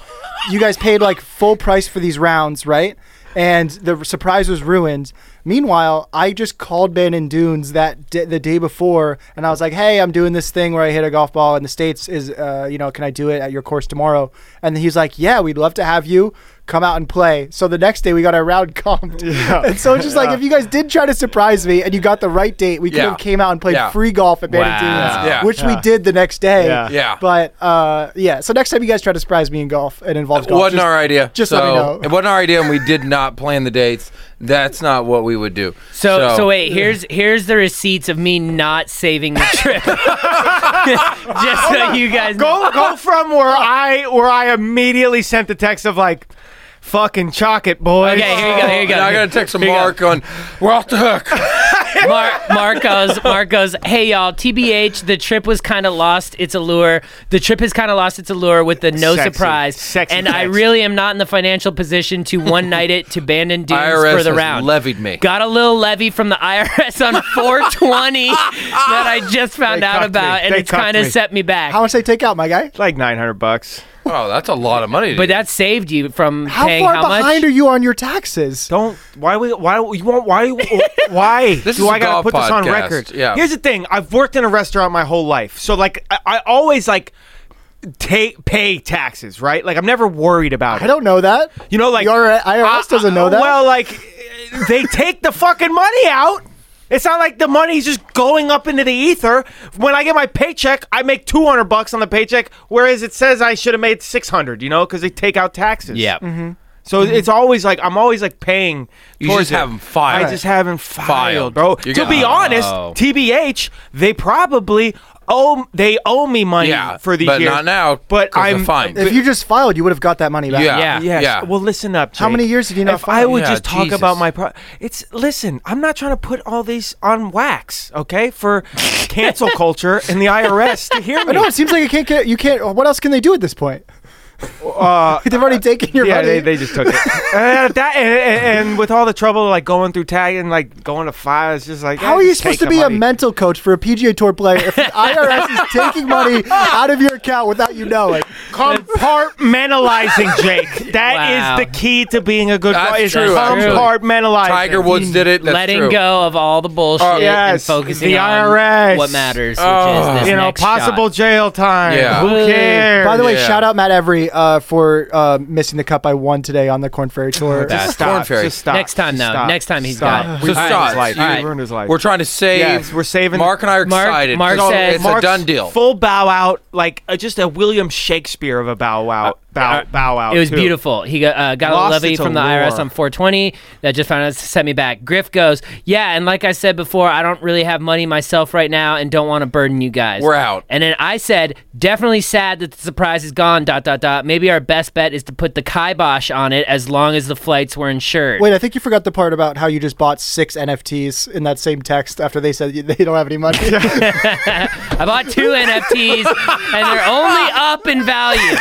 Speaker 2: you guys paid like full price for these rounds, right? And the surprise was ruined. Meanwhile, I just called Bannon Dunes that d- the day before, and I was like, "Hey, I'm doing this thing where I hit a golf ball in the states. Is uh, you know, can I do it at your course tomorrow?" And he's like, "Yeah, we'd love to have you." Come out and play. So the next day we got our round comped. And so it's just like if you guys did try to surprise me and you got the right date, we could
Speaker 4: Yeah.
Speaker 2: have came out and played
Speaker 4: Yeah.
Speaker 2: free golf at Bannon
Speaker 3: Wow.
Speaker 2: Dunes,
Speaker 4: Yeah.
Speaker 2: which we did the next day.
Speaker 5: Yeah.
Speaker 4: Yeah.
Speaker 2: But uh, yeah, so next time you guys try to surprise me in golf, it involves golf.
Speaker 4: wasn't
Speaker 2: Just-
Speaker 4: our idea.
Speaker 2: just
Speaker 4: so,
Speaker 2: let me know.
Speaker 4: It wasn't our idea, and we did not plan the dates. That's not what we would do.
Speaker 3: so, so wait, here's here's the receipts of me not saving the trip. just so you guys know.
Speaker 5: go go from where I where I immediately sent the text of like, fucking chalk it, boys.
Speaker 3: Okay, here you go, here you go.
Speaker 4: And I gotta text
Speaker 3: Here you go.
Speaker 4: Mark on. We're off the hook.
Speaker 3: Mar- Marcos, Marcos, hey y'all, TBH, the trip was kind of lost its allure. The trip has kind of lost its allure with the no
Speaker 5: Sexy.
Speaker 3: surprise.
Speaker 5: Sexy
Speaker 3: and I
Speaker 5: text.
Speaker 3: really am not in the financial position to one night it to Bandon Dunes
Speaker 4: IRS
Speaker 3: for the
Speaker 4: has
Speaker 3: round.
Speaker 4: levied me.
Speaker 3: Got a little levy from the IRS on 420 that I just found
Speaker 5: They
Speaker 3: out
Speaker 5: cucked
Speaker 3: about,
Speaker 5: me.
Speaker 3: and
Speaker 5: They
Speaker 3: it's
Speaker 5: cucked
Speaker 3: kind of
Speaker 5: me.
Speaker 3: set me back.
Speaker 2: How much they take out, my guy?
Speaker 5: Like nine hundred bucks.
Speaker 4: Oh, that's a lot of money. to
Speaker 3: but
Speaker 4: do.
Speaker 3: that saved you from
Speaker 2: How
Speaker 3: paying
Speaker 2: far
Speaker 3: how much?
Speaker 2: behind are you on your taxes?
Speaker 5: Don't why we why you won't why why
Speaker 4: This
Speaker 5: do
Speaker 4: is a
Speaker 5: I gotta
Speaker 4: golf
Speaker 5: put this on
Speaker 4: podcast,
Speaker 5: record?
Speaker 4: yeah.
Speaker 5: Here's the thing: I've worked in a restaurant my whole life, so like I, I always like take pay taxes, right? Like I'm never worried about
Speaker 2: I
Speaker 5: it.
Speaker 2: don't know that.
Speaker 5: You know, like uh,
Speaker 2: your IRS doesn't know that.
Speaker 5: Well, like they take the fucking money out. It's not like the money's just going up into the ether. When I get my paycheck, I make two hundred bucks on the paycheck, whereas it says I should have made six hundred. You know, because they take out taxes. Mm-hmm.
Speaker 3: Yeah.
Speaker 2: Mm-hmm.
Speaker 5: So it's always like I'm always like paying.
Speaker 4: You
Speaker 5: towards
Speaker 4: just
Speaker 5: it.
Speaker 4: haven't filed.
Speaker 5: I just haven't filed,
Speaker 4: Filed.
Speaker 5: bro.
Speaker 4: You're
Speaker 5: to
Speaker 4: gonna-
Speaker 5: be honest, TBH, they probably owe they owe me money
Speaker 4: Yeah,
Speaker 5: for the
Speaker 4: but
Speaker 5: year.
Speaker 4: not now,
Speaker 5: But
Speaker 4: 'cause they're
Speaker 5: I'm uh,
Speaker 4: fined.
Speaker 2: if you just filed, you would have got that money back.
Speaker 4: yeah,
Speaker 3: Yeah.
Speaker 4: yeah,
Speaker 5: Yes.
Speaker 4: yeah.
Speaker 5: Well, listen up.
Speaker 2: How
Speaker 5: Jake.
Speaker 2: many years did you not
Speaker 5: If
Speaker 2: file?
Speaker 5: I would
Speaker 4: Yeah,
Speaker 5: just talk
Speaker 4: Jesus.
Speaker 5: about my pro, it's listen. I'm not trying to put all these on wax, okay? For cancel culture and the IRS to hear
Speaker 2: I
Speaker 5: me.
Speaker 2: know. It seems like you can't. Get, you can't. What else can they do at this point?
Speaker 5: Uh,
Speaker 2: They've already taken your
Speaker 5: yeah,
Speaker 2: money.
Speaker 5: they, they just took it. and, that, and, and, and with all the trouble, like going through tag and like going to fire, it's just like
Speaker 2: How
Speaker 5: eh,
Speaker 2: are you
Speaker 5: just
Speaker 2: supposed to
Speaker 5: take
Speaker 2: be
Speaker 5: the
Speaker 2: a
Speaker 5: money.
Speaker 2: mental coach for a PGA Tour player if the IRS is taking money out of your account without you knowing?
Speaker 5: compartmentalizing, Jake? That
Speaker 3: Wow.
Speaker 5: is the key to being a good
Speaker 4: That's
Speaker 5: golfer. is
Speaker 4: true, actually.
Speaker 5: Compartmentalizing.
Speaker 4: Tiger Woods did it. That's
Speaker 3: Letting
Speaker 4: true.
Speaker 3: go of all the bullshit and
Speaker 5: yes,
Speaker 3: focusing
Speaker 5: the
Speaker 3: on
Speaker 5: IRS.
Speaker 3: what matters, which
Speaker 4: Oh.
Speaker 3: is this
Speaker 5: You know,
Speaker 3: next shot.
Speaker 5: possible jail time.
Speaker 4: Yeah.
Speaker 5: Who
Speaker 3: Woo.
Speaker 5: cares?
Speaker 2: By the way,
Speaker 4: Yeah.
Speaker 2: shout out Matt Every uh, for uh, missing the cut by one today on the Corn Ferry Tour.
Speaker 4: That's
Speaker 5: stop.
Speaker 4: Corn Ferry.
Speaker 5: Just stop.
Speaker 3: Next time,
Speaker 5: Just
Speaker 3: though.
Speaker 5: stop.
Speaker 3: Next time he's got it.
Speaker 5: Stop. We
Speaker 4: Just
Speaker 5: ruined his
Speaker 4: stop.
Speaker 5: life.
Speaker 4: You
Speaker 5: You ruined his life.
Speaker 4: We're trying to save.
Speaker 5: Yes, we're saving-
Speaker 4: Mark and I are
Speaker 3: Mark-
Speaker 4: excited.
Speaker 3: Mark
Speaker 4: It's all-
Speaker 3: said-
Speaker 4: it's
Speaker 5: Mark's
Speaker 4: a done deal.
Speaker 5: Full bow out, like uh, just a William Shakespeare of a bow out. bow bow out.
Speaker 3: It was
Speaker 5: too.
Speaker 3: beautiful. He got, uh, got
Speaker 5: Lost
Speaker 3: a levy
Speaker 5: its
Speaker 3: from the
Speaker 5: allure.
Speaker 3: IRS on 420 that just found out to send me back. Griff goes, yeah, and like I said before, I don't really have money myself right now and don't want to burden you guys.
Speaker 4: We're out.
Speaker 3: And then I said, definitely sad that the surprise is gone. Dot dot dot. Maybe our best bet is to put the kibosh on it as long as the flights were insured.
Speaker 2: Wait, I think you forgot the part about how you just bought six NFTs in that same text after they said you- they don't have any money.
Speaker 3: I bought two NFTs and they're only up in value.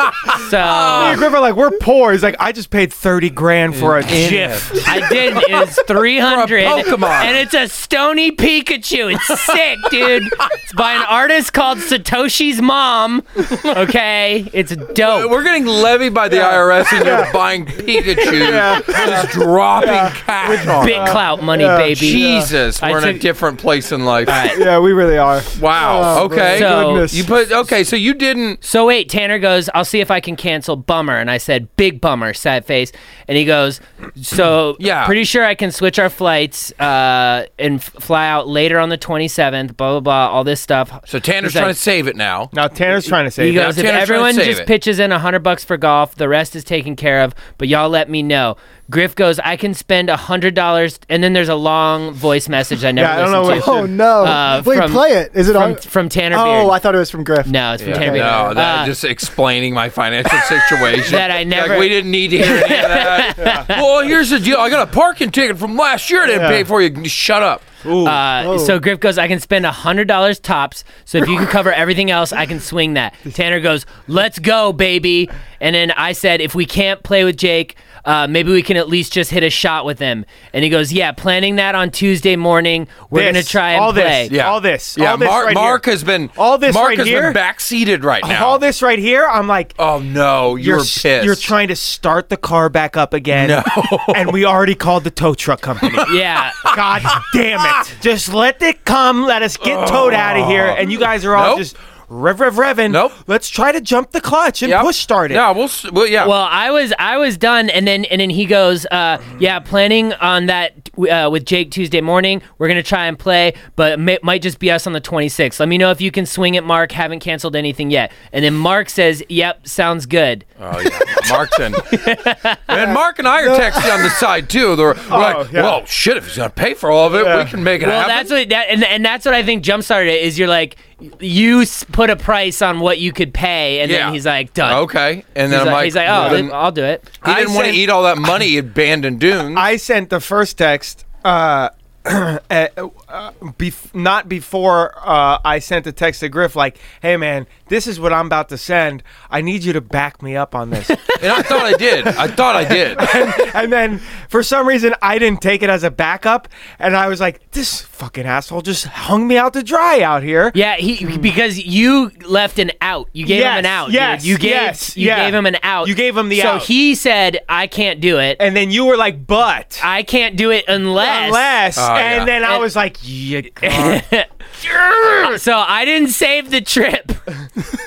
Speaker 5: Me
Speaker 3: So.
Speaker 5: and Griff are like, we're poor. He's like, I just paid thirty grand for a GIF.
Speaker 3: I did is 300
Speaker 4: Pokemon.
Speaker 3: and it's a stony Pikachu. It's sick, dude. It's by an artist called Satoshi's mom. Okay, it's dope.
Speaker 4: We're getting levied by the IRS, and you're buying Pikachu, just dropping cash on
Speaker 3: Big
Speaker 4: it.
Speaker 3: clout money, baby.
Speaker 4: Jesus,
Speaker 3: I
Speaker 4: we're in a
Speaker 3: took-
Speaker 4: different place in life.
Speaker 5: Yeah, we really are.
Speaker 4: Wow.
Speaker 2: Oh,
Speaker 4: okay.
Speaker 3: So-
Speaker 2: goodness.
Speaker 4: you put okay. So you didn't.
Speaker 3: So wait, Tanner goes, I'll see if I can cancel bummer. And I said, big bummer, sad face. And he goes, so
Speaker 4: Yeah.
Speaker 3: pretty sure I can switch our flights uh, and f- fly out later on the 27th, blah, blah, blah, all this stuff.
Speaker 4: So Tanner's
Speaker 3: He's like-
Speaker 4: trying to save it now.
Speaker 5: Now Tanner's trying to say
Speaker 3: He
Speaker 5: that.
Speaker 3: goes,
Speaker 4: Yeah,
Speaker 3: if
Speaker 4: Tanner's trying to
Speaker 3: everyone
Speaker 4: save
Speaker 3: just
Speaker 4: it."
Speaker 3: pitches in a hundred bucks for golf, the rest is taken care of. But y'all let me know. Griff goes, I can spend a hundred dollars, and then there's a long voice message I never
Speaker 5: Yeah, I don't know
Speaker 3: listened
Speaker 5: what-
Speaker 3: to.
Speaker 2: oh no!
Speaker 3: Uh,
Speaker 2: Wait,
Speaker 3: from-
Speaker 2: play it. Is it on?
Speaker 3: from, from Tanner Beard.
Speaker 2: oh, I thought it was from Griff.
Speaker 3: no, it's from Tanner Beard.
Speaker 4: No, that,
Speaker 3: Uh,
Speaker 4: just explaining my financial situation.
Speaker 3: That I never-
Speaker 4: Like, we didn't need to hear any of that. Well, here's the deal. I got a parking ticket from last year. I didn't pay for you. Shut up.
Speaker 5: Oh.
Speaker 3: Uh, so Griff goes, I can spend hundred dollars tops. So if you can cover everything else, I can swing that. Tanner goes, let's go, baby. And then I said, if we can't play with Jake, uh, maybe we can at least just hit a shot with him. And he goes, yeah, planning that on Tuesday morning. We're gonna
Speaker 5: This,
Speaker 3: try and
Speaker 5: all this,
Speaker 3: play.
Speaker 5: yeah. All this,
Speaker 4: Yeah.
Speaker 5: all this
Speaker 4: Mark,
Speaker 5: right
Speaker 4: Mark
Speaker 5: here.
Speaker 4: has been.
Speaker 5: All this
Speaker 4: Mark
Speaker 5: right
Speaker 4: has
Speaker 5: here.
Speaker 4: been backseated right now.
Speaker 5: all this right here, I'm like,
Speaker 4: Oh no, you
Speaker 5: you're
Speaker 4: were
Speaker 5: s-
Speaker 4: pissed.
Speaker 5: you're trying to start the car back up again.
Speaker 4: No.
Speaker 5: and we already called the tow truck company.
Speaker 3: Yeah.
Speaker 5: God damn it! Just let it come. Let us get towed out of here. And you guys are all
Speaker 4: Oh. Nope.
Speaker 5: just rev, rev, revving.
Speaker 4: Nope.
Speaker 5: Let's try to jump the clutch and
Speaker 4: Yep.
Speaker 5: push start it.
Speaker 4: Yeah, we'll. s- Well, yeah.
Speaker 3: Well, I was I was done, and then and then he goes, uh, yeah, planning on that uh, with Jake Tuesday morning. We're gonna try and play, but it may, might just be us on the 26th. Let me know if you can swing it, Mark. Haven't canceled anything yet. And then Mark says, "Yep, sounds good."
Speaker 4: Oh yeah, Mark's in. and Mark and I are texting on the side too. They're we're like,
Speaker 5: Oh, yeah.
Speaker 4: "Well, shit, if he's gonna pay for all of it, we can make it
Speaker 3: Well,
Speaker 4: happen."
Speaker 3: that's what that and, and that's what I think jump started it, is. You're like, you s- put a price on what you could pay, and
Speaker 4: Yeah.
Speaker 3: then he's like, "Done."
Speaker 4: okay, and then
Speaker 3: He's
Speaker 4: I'm
Speaker 3: like,
Speaker 4: like,
Speaker 3: he's like, "Oh,
Speaker 4: then-
Speaker 3: then I'll do it."
Speaker 4: he
Speaker 5: I
Speaker 4: didn't want to
Speaker 5: sent-
Speaker 4: eat all that money he abandoned Dune.
Speaker 5: I sent the first text. Uh, uh, bef- not before uh, I sent a text to Griff like, "Hey man, this is what I'm about to send. I need you to back me up on this."
Speaker 4: and I thought I did. I thought I did.
Speaker 5: and then for some reason I didn't take it as a backup, and I was like, "This fucking asshole just hung me out to dry out here."
Speaker 3: Yeah, he because you left an out. You gave him
Speaker 5: Hmm. Yes,
Speaker 3: an out.
Speaker 5: yes,
Speaker 3: dude. you gave
Speaker 5: yes,
Speaker 3: you
Speaker 5: yeah.
Speaker 3: gave him an out.
Speaker 5: You gave him the
Speaker 3: so
Speaker 5: out.
Speaker 3: So he said, "I can't do it.
Speaker 5: And then you were like, "But."
Speaker 3: I can't do it unless."
Speaker 5: Unless,
Speaker 4: Oh,
Speaker 5: and
Speaker 4: yeah.
Speaker 5: then I
Speaker 3: And-
Speaker 5: was like, "You can't."
Speaker 3: So I didn't save the trip.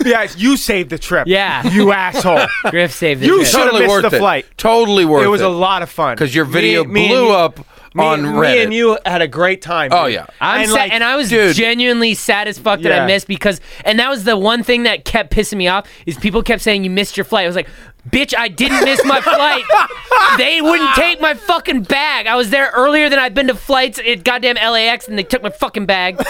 Speaker 5: yeah, you saved the trip.
Speaker 3: Yeah.
Speaker 5: you asshole.
Speaker 3: Griff saved the
Speaker 5: You
Speaker 3: trip.
Speaker 5: should've
Speaker 4: totally
Speaker 5: missed
Speaker 4: worth
Speaker 5: the
Speaker 4: it.
Speaker 5: flight.
Speaker 4: Totally worth it.
Speaker 5: it was a lot of fun
Speaker 4: 'Cause your video
Speaker 5: and
Speaker 4: blew
Speaker 5: you-
Speaker 4: up
Speaker 5: me,
Speaker 4: on
Speaker 5: Me
Speaker 4: Reddit.
Speaker 5: and you had a great time.
Speaker 4: Oh,
Speaker 5: dude.
Speaker 4: yeah.
Speaker 3: I'm
Speaker 5: and
Speaker 3: sa-
Speaker 5: like,
Speaker 3: and I was
Speaker 4: dude.
Speaker 3: genuinely sad as fuck that
Speaker 5: Yeah.
Speaker 3: I missed because, and that was the one thing that kept pissing me off is people kept saying you missed your flight. I was like, bitch, I didn't miss my flight. they wouldn't take my fucking bag. I was there earlier than I've been to flights at goddamn LAX, and they took my fucking bag.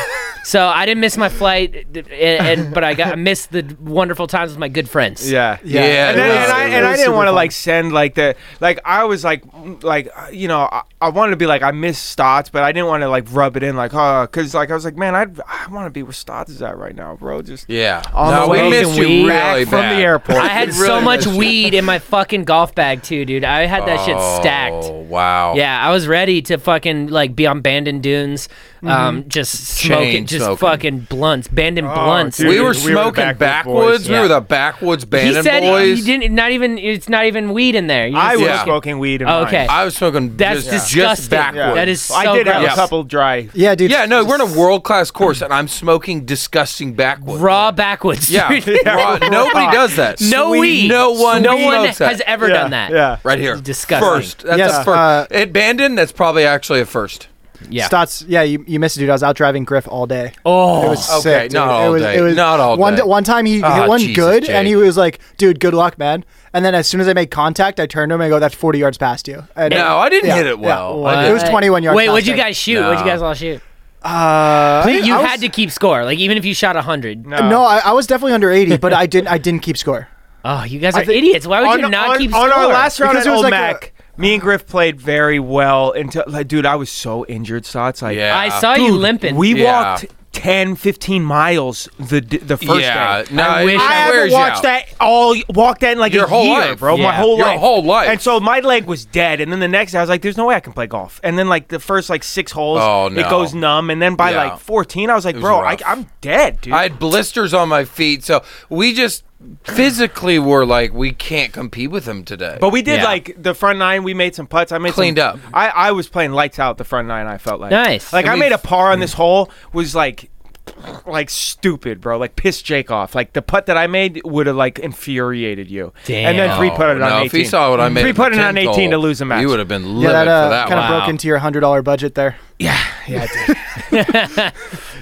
Speaker 3: so I didn't miss my flight, and, and- but I got I missed the wonderful times with my good friends.
Speaker 5: yeah.
Speaker 4: yeah,
Speaker 5: And,
Speaker 4: it
Speaker 5: then,
Speaker 4: was-
Speaker 5: and I
Speaker 4: it
Speaker 5: and I
Speaker 4: was-
Speaker 5: didn't want to like send like the like I was like mm, like uh, you know I, I wanted to be like I miss Stotts but I didn't want to like rub it in like oh because like I was like man I'd, I want to be where Stotts is at right now bro just
Speaker 4: yeah.
Speaker 5: on
Speaker 4: no,
Speaker 5: the
Speaker 4: we
Speaker 5: way
Speaker 4: missed you really bad.
Speaker 5: back from the airport
Speaker 3: I had so
Speaker 4: really
Speaker 3: much
Speaker 4: missed you.
Speaker 3: weed in my fucking golf bag too, dude. I had that shit stacked.
Speaker 4: Oh wow.
Speaker 3: Yeah, I was ready to fucking like be on Bandon Dunes, um, just smoking,
Speaker 4: Chain
Speaker 3: just
Speaker 4: smoking.
Speaker 3: fucking blunts, Bandon blunts.
Speaker 5: dude.
Speaker 4: We were
Speaker 5: We were the
Speaker 4: smoking
Speaker 5: Backwoods
Speaker 4: backwoods.
Speaker 5: Boys.
Speaker 4: We
Speaker 3: Yeah.
Speaker 4: were the backwoods
Speaker 3: he
Speaker 4: band
Speaker 3: said
Speaker 4: boys.
Speaker 3: you didn't. Not even. It's not even weed in there. You
Speaker 5: I was
Speaker 3: just-
Speaker 4: Yeah.
Speaker 5: smoking weed in
Speaker 3: Oh,
Speaker 5: mine.
Speaker 3: okay.
Speaker 4: I was smoking
Speaker 3: That's
Speaker 4: just,
Speaker 3: disgusting.
Speaker 4: just backwards.
Speaker 3: That is so
Speaker 5: I did have
Speaker 3: gross.
Speaker 5: a couple dry
Speaker 2: Yeah, dude.
Speaker 4: Yeah, no, we're in a world class course, and I'm smoking disgusting backwards.
Speaker 3: raw backwards.
Speaker 4: Yeah,
Speaker 3: dude.
Speaker 4: raw- nobody does that.
Speaker 3: no
Speaker 4: Sweet.
Speaker 3: weed.
Speaker 4: No one.
Speaker 3: No one
Speaker 4: smokes that.
Speaker 3: has ever
Speaker 5: Yeah,
Speaker 3: done that.
Speaker 5: yeah.
Speaker 4: Right here,
Speaker 3: Disgusting.
Speaker 4: First, that's
Speaker 2: Yes,
Speaker 4: a first.
Speaker 2: uh,
Speaker 4: At Bandon, that's probably actually a first.
Speaker 3: Yeah.
Speaker 2: Stotts. Yeah, you, you missed it, dude. I was out driving Griff all day.
Speaker 3: Oh,
Speaker 2: It was
Speaker 4: Okay,
Speaker 2: sick. dude.
Speaker 4: not
Speaker 2: it
Speaker 4: all
Speaker 2: was,
Speaker 4: day.
Speaker 2: It was
Speaker 4: Not all
Speaker 2: one,
Speaker 4: day.
Speaker 2: One time he
Speaker 4: Ah,
Speaker 2: hit one
Speaker 4: Jesus,
Speaker 2: good, and he
Speaker 4: Jake.
Speaker 2: was like, "Dude, good luck, man." And then as soon as I made contact, I turned to him and I go, "That's forty yards past you." And
Speaker 4: No, I didn't
Speaker 2: yeah,
Speaker 4: hit it
Speaker 2: yeah.
Speaker 4: well.
Speaker 2: What? It was twenty-one yards.
Speaker 3: Wait,
Speaker 2: past
Speaker 3: what'd you
Speaker 2: me.
Speaker 3: guys shoot? What'd you guys
Speaker 4: No.
Speaker 3: all shoot?
Speaker 2: Uh,
Speaker 3: Please, you
Speaker 2: I
Speaker 3: had
Speaker 2: was-
Speaker 3: to keep score. Like even if you shot hundred.
Speaker 5: No.
Speaker 2: No, I, I was definitely under eighty, but I didn't. I didn't keep score.
Speaker 3: Oh, you guys are
Speaker 2: think-
Speaker 3: idiots. Why would you
Speaker 5: on,
Speaker 3: not
Speaker 5: on-
Speaker 3: keep
Speaker 5: on
Speaker 3: score?
Speaker 5: our last round
Speaker 2: Because
Speaker 5: at
Speaker 2: it was
Speaker 5: Old
Speaker 2: like
Speaker 5: Mac, me and Griff played very well until like dude, I was so injured Sots like
Speaker 4: Yeah.
Speaker 3: I saw you
Speaker 5: dude,
Speaker 3: limping.
Speaker 5: We
Speaker 4: Yeah.
Speaker 5: walked 10 15 miles the d- the first
Speaker 4: yeah,
Speaker 5: day.
Speaker 4: no,
Speaker 3: I
Speaker 4: it-
Speaker 3: wish
Speaker 4: it
Speaker 5: I haven't
Speaker 4: wears you
Speaker 5: watched
Speaker 4: out.
Speaker 5: that all walked that in like
Speaker 4: Your
Speaker 5: a
Speaker 4: whole
Speaker 5: year,
Speaker 4: life.
Speaker 5: bro. My
Speaker 3: Yeah.
Speaker 5: whole
Speaker 4: Your
Speaker 5: life,
Speaker 4: whole life.
Speaker 5: And so my leg was dead. And then the next day, I was like, "There's no way I can play golf." And then like the first like six holes,
Speaker 4: Oh, no.
Speaker 5: it goes numb. And then by
Speaker 4: Yeah.
Speaker 5: like 14, I was like,
Speaker 4: was
Speaker 5: "Bro, I,
Speaker 4: rough.
Speaker 5: I'm dead, dude."
Speaker 4: I had blisters on my feet, so we just physically were like, we can't compete with them today.
Speaker 5: but we did
Speaker 3: Yeah.
Speaker 5: like the front nine. We made some putts. I made
Speaker 4: Cleaned
Speaker 5: some,
Speaker 4: up.
Speaker 5: I, I was playing lights out the front nine. I felt like
Speaker 3: Nice.
Speaker 5: Like
Speaker 4: And
Speaker 5: I
Speaker 4: we-
Speaker 5: made a par on this hole was like like stupid, bro. Like pissed Jake off. Like the putt that I made would have like infuriated you.
Speaker 3: Damn.
Speaker 5: And then three putted
Speaker 4: Oh, no,
Speaker 5: on eighteen. Mm-hmm.
Speaker 4: if he saw what I made,
Speaker 5: Three
Speaker 4: at the
Speaker 5: putted on
Speaker 4: 10th
Speaker 5: eighteen to
Speaker 4: hole,
Speaker 5: lose a match.
Speaker 4: He would have been livid
Speaker 2: Yeah, that
Speaker 4: for
Speaker 2: uh,
Speaker 4: that
Speaker 2: kind of
Speaker 4: one.
Speaker 2: broke into your hundred-dollar budget there.
Speaker 5: yeah, I did.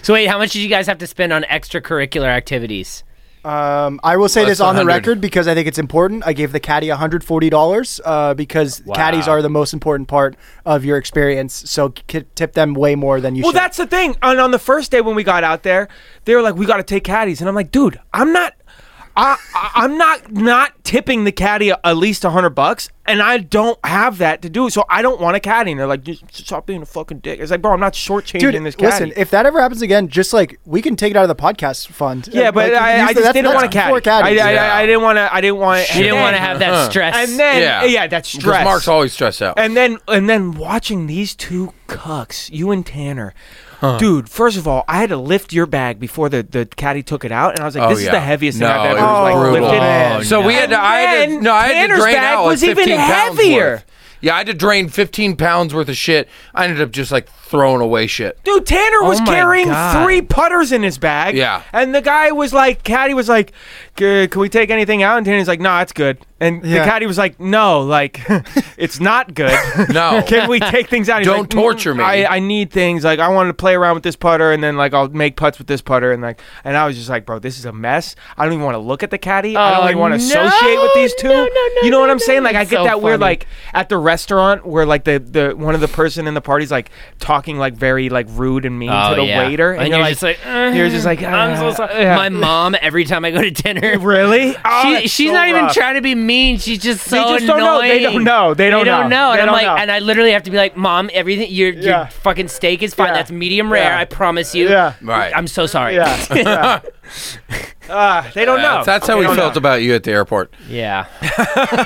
Speaker 3: So wait, how much did you guys have to spend on extracurricular activities?
Speaker 2: Um, I will say
Speaker 4: Less
Speaker 2: this
Speaker 4: than
Speaker 2: on the
Speaker 4: 100.
Speaker 2: record because I think it's important. I gave the caddy $140 uh, because caddies are the most important part of your experience. So k- tip them way more than you
Speaker 5: Well,
Speaker 2: should.
Speaker 5: that's the thing. And on the first day when we got out there, they were like, "We got to take caddies," and I'm like, "Dude, I'm not." I, I- I'm not not tipping the caddy at least a hundred bucks, and I don't have that to do, so I don't want a caddy. And they're like, just stop being a fucking dick. It's like, bro, I'm not shortchanging
Speaker 2: Dude,
Speaker 5: this caddy.
Speaker 2: listen, if that ever happens again, just like we can take it out of the podcast fund.
Speaker 5: yeah, but
Speaker 2: Like,
Speaker 5: I,
Speaker 2: use the-
Speaker 5: I just
Speaker 2: that's-
Speaker 5: didn't want a
Speaker 2: that's for
Speaker 5: caddy. I,
Speaker 2: caddies.
Speaker 5: I, I- I didn't want to. I didn't want.
Speaker 3: You didn't want to have that stress.
Speaker 5: And then, yeah,
Speaker 4: Yeah.
Speaker 5: that's stress.
Speaker 4: Because Mark's always stressed out.
Speaker 5: And then and then watching these two cucks, you and Tanner. Dude, first of all, I had to lift your bag before the, the caddy took it out, and I was like,
Speaker 4: Oh,
Speaker 5: "This is
Speaker 4: yeah.
Speaker 5: the heaviest thing
Speaker 4: No,
Speaker 5: I've ever
Speaker 4: it was
Speaker 5: like
Speaker 4: brutal.
Speaker 5: lifted."
Speaker 3: Oh,
Speaker 4: So we had to. I had to,
Speaker 5: And
Speaker 4: no, I had
Speaker 5: Tanner's
Speaker 4: to drain
Speaker 5: bag
Speaker 4: out like
Speaker 5: was even
Speaker 4: 15 pounds
Speaker 5: heavier.
Speaker 4: worth. Yeah, I had to drain 15 pounds worth of shit. I ended up just like throwing away shit.
Speaker 5: Dude, Tanner was
Speaker 3: Oh my
Speaker 5: carrying
Speaker 3: God.
Speaker 5: three putters in his bag.
Speaker 4: Yeah.
Speaker 5: and the guy was like, caddy was like, "C- "Can we take anything out?" And Tanner's like, "No, nah, it's good." And
Speaker 2: Yeah.
Speaker 5: the caddy was like, "No, like, it's not good."
Speaker 4: No.
Speaker 5: Can we take things out? He's
Speaker 4: Don't
Speaker 5: like, "Mm,
Speaker 4: torture me."
Speaker 5: I, I need things. Like I wanted to play around with this putter, and then like I'll make putts with this putter, and like, and I was just like, bro, this is a mess. I don't even want to look at the caddy. I
Speaker 3: Oh,
Speaker 5: don't even want to
Speaker 3: no,
Speaker 5: associate with these two.
Speaker 3: no, no, no,
Speaker 5: you know what
Speaker 3: no,
Speaker 5: I'm saying?
Speaker 3: no.
Speaker 5: Like I
Speaker 3: It's
Speaker 5: get
Speaker 3: so
Speaker 5: that weird.
Speaker 3: funny.
Speaker 5: Like at the restaurant where like the the one of the person in the party's like talking like very like rude and mean
Speaker 3: Oh,
Speaker 5: to the
Speaker 3: yeah.
Speaker 5: waiter,
Speaker 3: and, you're, just like,
Speaker 5: you're just like,
Speaker 3: I'm so
Speaker 5: "Ah,
Speaker 3: sorry.
Speaker 5: yeah."
Speaker 3: My mom, every time I go to dinner,
Speaker 5: really? Oh,
Speaker 3: she,
Speaker 5: that's
Speaker 3: she's
Speaker 5: so
Speaker 3: not even
Speaker 5: rough.
Speaker 3: trying to be mean. She's just so
Speaker 5: They just don't know. They
Speaker 3: annoying.
Speaker 5: don't know. They don't know.
Speaker 3: And
Speaker 5: They
Speaker 3: I'm
Speaker 5: don't
Speaker 3: like,
Speaker 5: know.
Speaker 3: and I literally have to be like, Mom, everything your
Speaker 5: Yeah.
Speaker 3: your fucking steak is fine.
Speaker 5: Yeah.
Speaker 3: That's medium rare.
Speaker 5: Yeah.
Speaker 3: I promise you.
Speaker 5: Yeah.
Speaker 4: Right.
Speaker 3: I'm so sorry.
Speaker 5: Yeah. yeah. Ah, they don't know.
Speaker 4: That's, that's how
Speaker 5: They
Speaker 4: we
Speaker 5: don't
Speaker 4: felt
Speaker 5: know.
Speaker 4: about you at the airport.
Speaker 3: Yeah.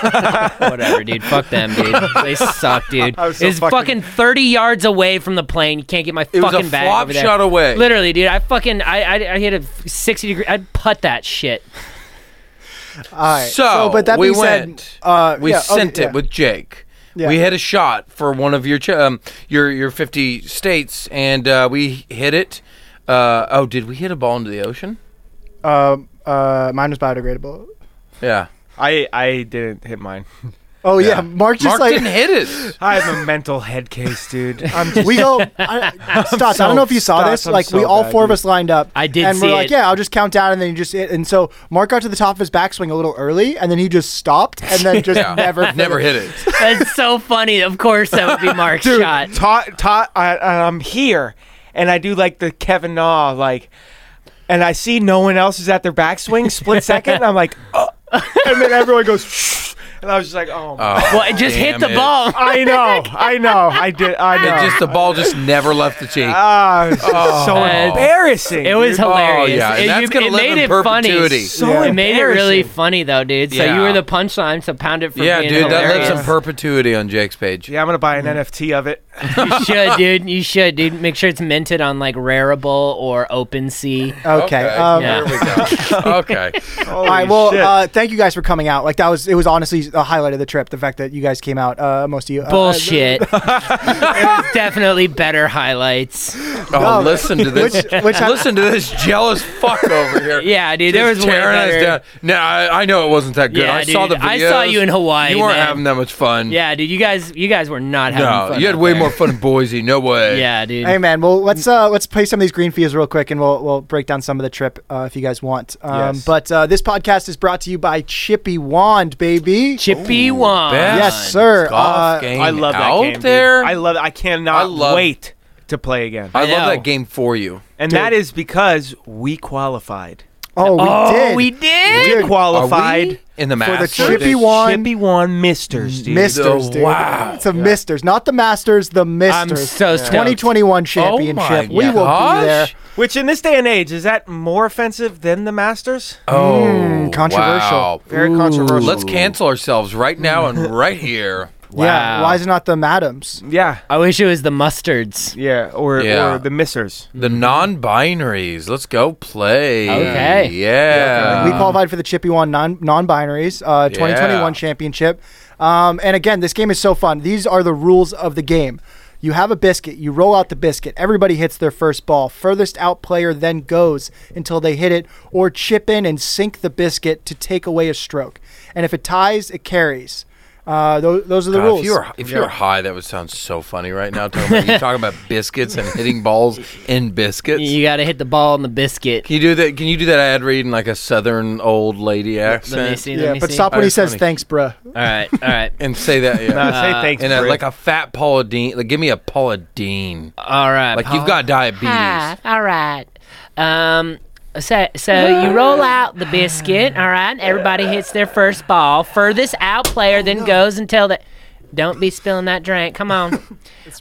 Speaker 3: Whatever, dude. Fuck them, dude. They suck, dude.
Speaker 5: was so
Speaker 3: it's fucking,
Speaker 5: fucking-
Speaker 3: 30 yards away from the plane. You can't get my
Speaker 4: It was
Speaker 3: fucking
Speaker 4: a
Speaker 3: bag
Speaker 4: flop
Speaker 3: over there.
Speaker 4: shot away.
Speaker 3: Literally, dude. I fucking I I, I hit a 60 degree. I'd putt that shit.
Speaker 2: All right.
Speaker 4: So,
Speaker 2: but that
Speaker 4: we
Speaker 2: being said,
Speaker 4: went.
Speaker 2: uh,
Speaker 4: we
Speaker 2: yeah, okay,
Speaker 4: sent
Speaker 2: yeah.
Speaker 4: it with Jake.
Speaker 2: Yeah.
Speaker 4: We hit a shot for one of your ch- um, your your fifty states, and uh, we hit it. Uh, oh, did we hit a ball into the ocean?
Speaker 2: Um, uh, mine was biodegradable.
Speaker 4: Yeah,
Speaker 5: I I didn't hit mine.
Speaker 2: Oh yeah, Mark just
Speaker 4: Mark
Speaker 2: like
Speaker 4: didn't hit it.
Speaker 5: I have a mental head case, dude. I'm just,
Speaker 2: we go. I, Stotts, I don't know if you saw
Speaker 5: Stotts,
Speaker 2: this.
Speaker 5: I'm
Speaker 2: Like
Speaker 5: so
Speaker 2: we all
Speaker 5: bad,
Speaker 2: four of
Speaker 5: dude.
Speaker 2: us lined up.
Speaker 3: I did
Speaker 2: and
Speaker 3: see
Speaker 2: we're like,
Speaker 3: it.
Speaker 2: yeah, I'll just count down, and then you just hit. And so Mark got to the top of his backswing a little early, and then he just stopped, and then just
Speaker 4: Yeah,
Speaker 2: never,
Speaker 4: never hit it.
Speaker 3: That's so funny. Of course, that would be Mark's shot.
Speaker 5: Todd, Todd, I, I'm here, and I do like the Kevin Na like, and I see no one else is at their backswing. Split second, and I'm like, oh. and then everyone goes, Shh. and I was just like, oh, my.
Speaker 4: Oh,
Speaker 3: Well, just hit
Speaker 4: damn
Speaker 3: the
Speaker 4: it.
Speaker 3: ball.
Speaker 5: I know, I know, I did, I
Speaker 4: It
Speaker 5: know.
Speaker 4: just the ball just never left the cheek.
Speaker 5: Ah, it was just so
Speaker 3: Uh,
Speaker 5: embarrassing.
Speaker 3: It was
Speaker 5: dude.
Speaker 3: hilarious.
Speaker 4: Oh, yeah, and
Speaker 3: It-
Speaker 4: that's
Speaker 3: you-
Speaker 4: gonna
Speaker 3: it
Speaker 4: live
Speaker 3: made
Speaker 4: in
Speaker 3: it
Speaker 4: perpetuity.
Speaker 3: funny.
Speaker 5: So
Speaker 3: It made it really
Speaker 5: embarrassing.
Speaker 3: funny though, dude. So
Speaker 4: Yeah.
Speaker 3: you were the punchline, so pound it for
Speaker 4: yeah,
Speaker 3: being
Speaker 4: dude, that
Speaker 3: hilarious.
Speaker 4: lives in perpetuity on Jake's page.
Speaker 5: Yeah, I'm gonna buy an NFT of it.
Speaker 3: You should, dude. You should, dude. Make sure it's minted on like Rareable or OpenSea.
Speaker 2: Okay. Um,
Speaker 3: Yeah.
Speaker 4: there we go. okay.
Speaker 2: All right.
Speaker 5: Holy
Speaker 2: Well,
Speaker 5: shit.
Speaker 2: uh, thank you guys for coming out. Like that was it was honestly a highlight of the trip. The fact that you guys came out, uh, most of you. uh,
Speaker 3: Bullshit. There's definitely better highlights.
Speaker 4: Oh, listen to this.
Speaker 2: Which- which I-
Speaker 4: listen to this jealous fuck over here.
Speaker 3: Yeah, dude,
Speaker 4: Just
Speaker 3: there was way
Speaker 4: tearing us
Speaker 3: better.
Speaker 4: down. No, I, I know it wasn't that good.
Speaker 3: Yeah,
Speaker 4: I saw the
Speaker 3: dude,
Speaker 4: videos.
Speaker 3: I saw you in Hawaii,
Speaker 4: You weren't
Speaker 3: man.
Speaker 4: having that much fun.
Speaker 3: Yeah, dude, you guys, you guys were not having
Speaker 4: No,
Speaker 3: fun.
Speaker 4: you had
Speaker 3: out
Speaker 4: way
Speaker 3: there.
Speaker 4: more fun in Boise. No way.
Speaker 3: Yeah, dude.
Speaker 2: Hey man, well let's uh, let's play some of these green fees real quick, and we'll we'll break down some of the trip uh, if you guys want. Um,
Speaker 5: Yes.
Speaker 2: But uh, this podcast is brought to you by Chippy Wand, baby.
Speaker 3: Chippy Wong.
Speaker 4: Best
Speaker 2: Yes, sir.
Speaker 4: Golf
Speaker 2: Uh,
Speaker 4: game
Speaker 5: I love that
Speaker 4: out
Speaker 5: game, dude.
Speaker 4: there.
Speaker 5: I love. I cannot
Speaker 4: I love-
Speaker 5: wait to play again.
Speaker 4: I
Speaker 3: I
Speaker 4: love
Speaker 3: know.
Speaker 4: that game for you.
Speaker 5: and that is because we qualified.
Speaker 2: Oh, we
Speaker 3: oh,
Speaker 2: did.
Speaker 3: we did.
Speaker 5: We
Speaker 4: Are we
Speaker 5: qualified
Speaker 4: in the
Speaker 2: for the
Speaker 4: Masters.
Speaker 2: Chippy
Speaker 5: the
Speaker 2: Wand
Speaker 5: Chippy One Misters, dude.
Speaker 2: Misters,
Speaker 4: Oh,
Speaker 2: dude.
Speaker 4: wow.
Speaker 2: It's a Misters, not the Masters, the Misters.
Speaker 3: so stoked.
Speaker 2: 2021
Speaker 4: Oh
Speaker 2: championship.
Speaker 4: my
Speaker 2: we will be there.
Speaker 4: gosh.
Speaker 5: Which in this day and age is that more offensive than the Masters?
Speaker 4: Oh,
Speaker 2: controversial.
Speaker 4: wow.
Speaker 5: Very controversial.
Speaker 4: Let's cancel ourselves right now and right here.
Speaker 2: Yeah.
Speaker 3: Wow.
Speaker 2: Why is it not the Madams?
Speaker 5: Yeah,
Speaker 3: I wish it was the mustards.
Speaker 5: yeah, or
Speaker 4: Yeah.
Speaker 5: or the Missers.
Speaker 4: The non-binaries. Let's go play.
Speaker 3: Okay.
Speaker 4: Yeah.
Speaker 2: we qualified for the Chippy One non non binaries uh, 2021
Speaker 4: Um, Yeah.
Speaker 2: championship. Um, and again, this game is so fun. These are the rules of the game. You have a biscuit. You roll out the biscuit. Everybody hits their first ball. Furthest out player then goes until they hit it or chip in and sink the biscuit to take away a stroke. And if it ties, it carries. Uh, those, those are the
Speaker 4: God,
Speaker 2: rules.
Speaker 4: If you were if you were high, that would sound so funny right now. Tony. you talking about biscuits and hitting balls in biscuits.
Speaker 3: You got to hit the ball on the biscuit.
Speaker 4: Can you do that? Can you do that ad read in like a southern old lady accent?
Speaker 3: Let me see.
Speaker 2: yeah,
Speaker 3: let me
Speaker 2: but
Speaker 3: see.
Speaker 2: stop when he
Speaker 4: That's
Speaker 2: says
Speaker 4: funny.
Speaker 2: thanks, bruh.
Speaker 3: All right, all right,
Speaker 4: And say that. Yeah.
Speaker 5: Uh, say thanks,
Speaker 4: in a,
Speaker 5: Brit.
Speaker 4: like a fat Paula Dean. Like give me a Paula Dean.
Speaker 3: all right.
Speaker 4: Like
Speaker 3: Paul.
Speaker 4: you've got diabetes.
Speaker 3: Ah, all right. Um, so, so you roll out the biscuit. All right. Everybody hits their first ball. Furthest out player then goes until the. Don't be spilling that drink. Come on.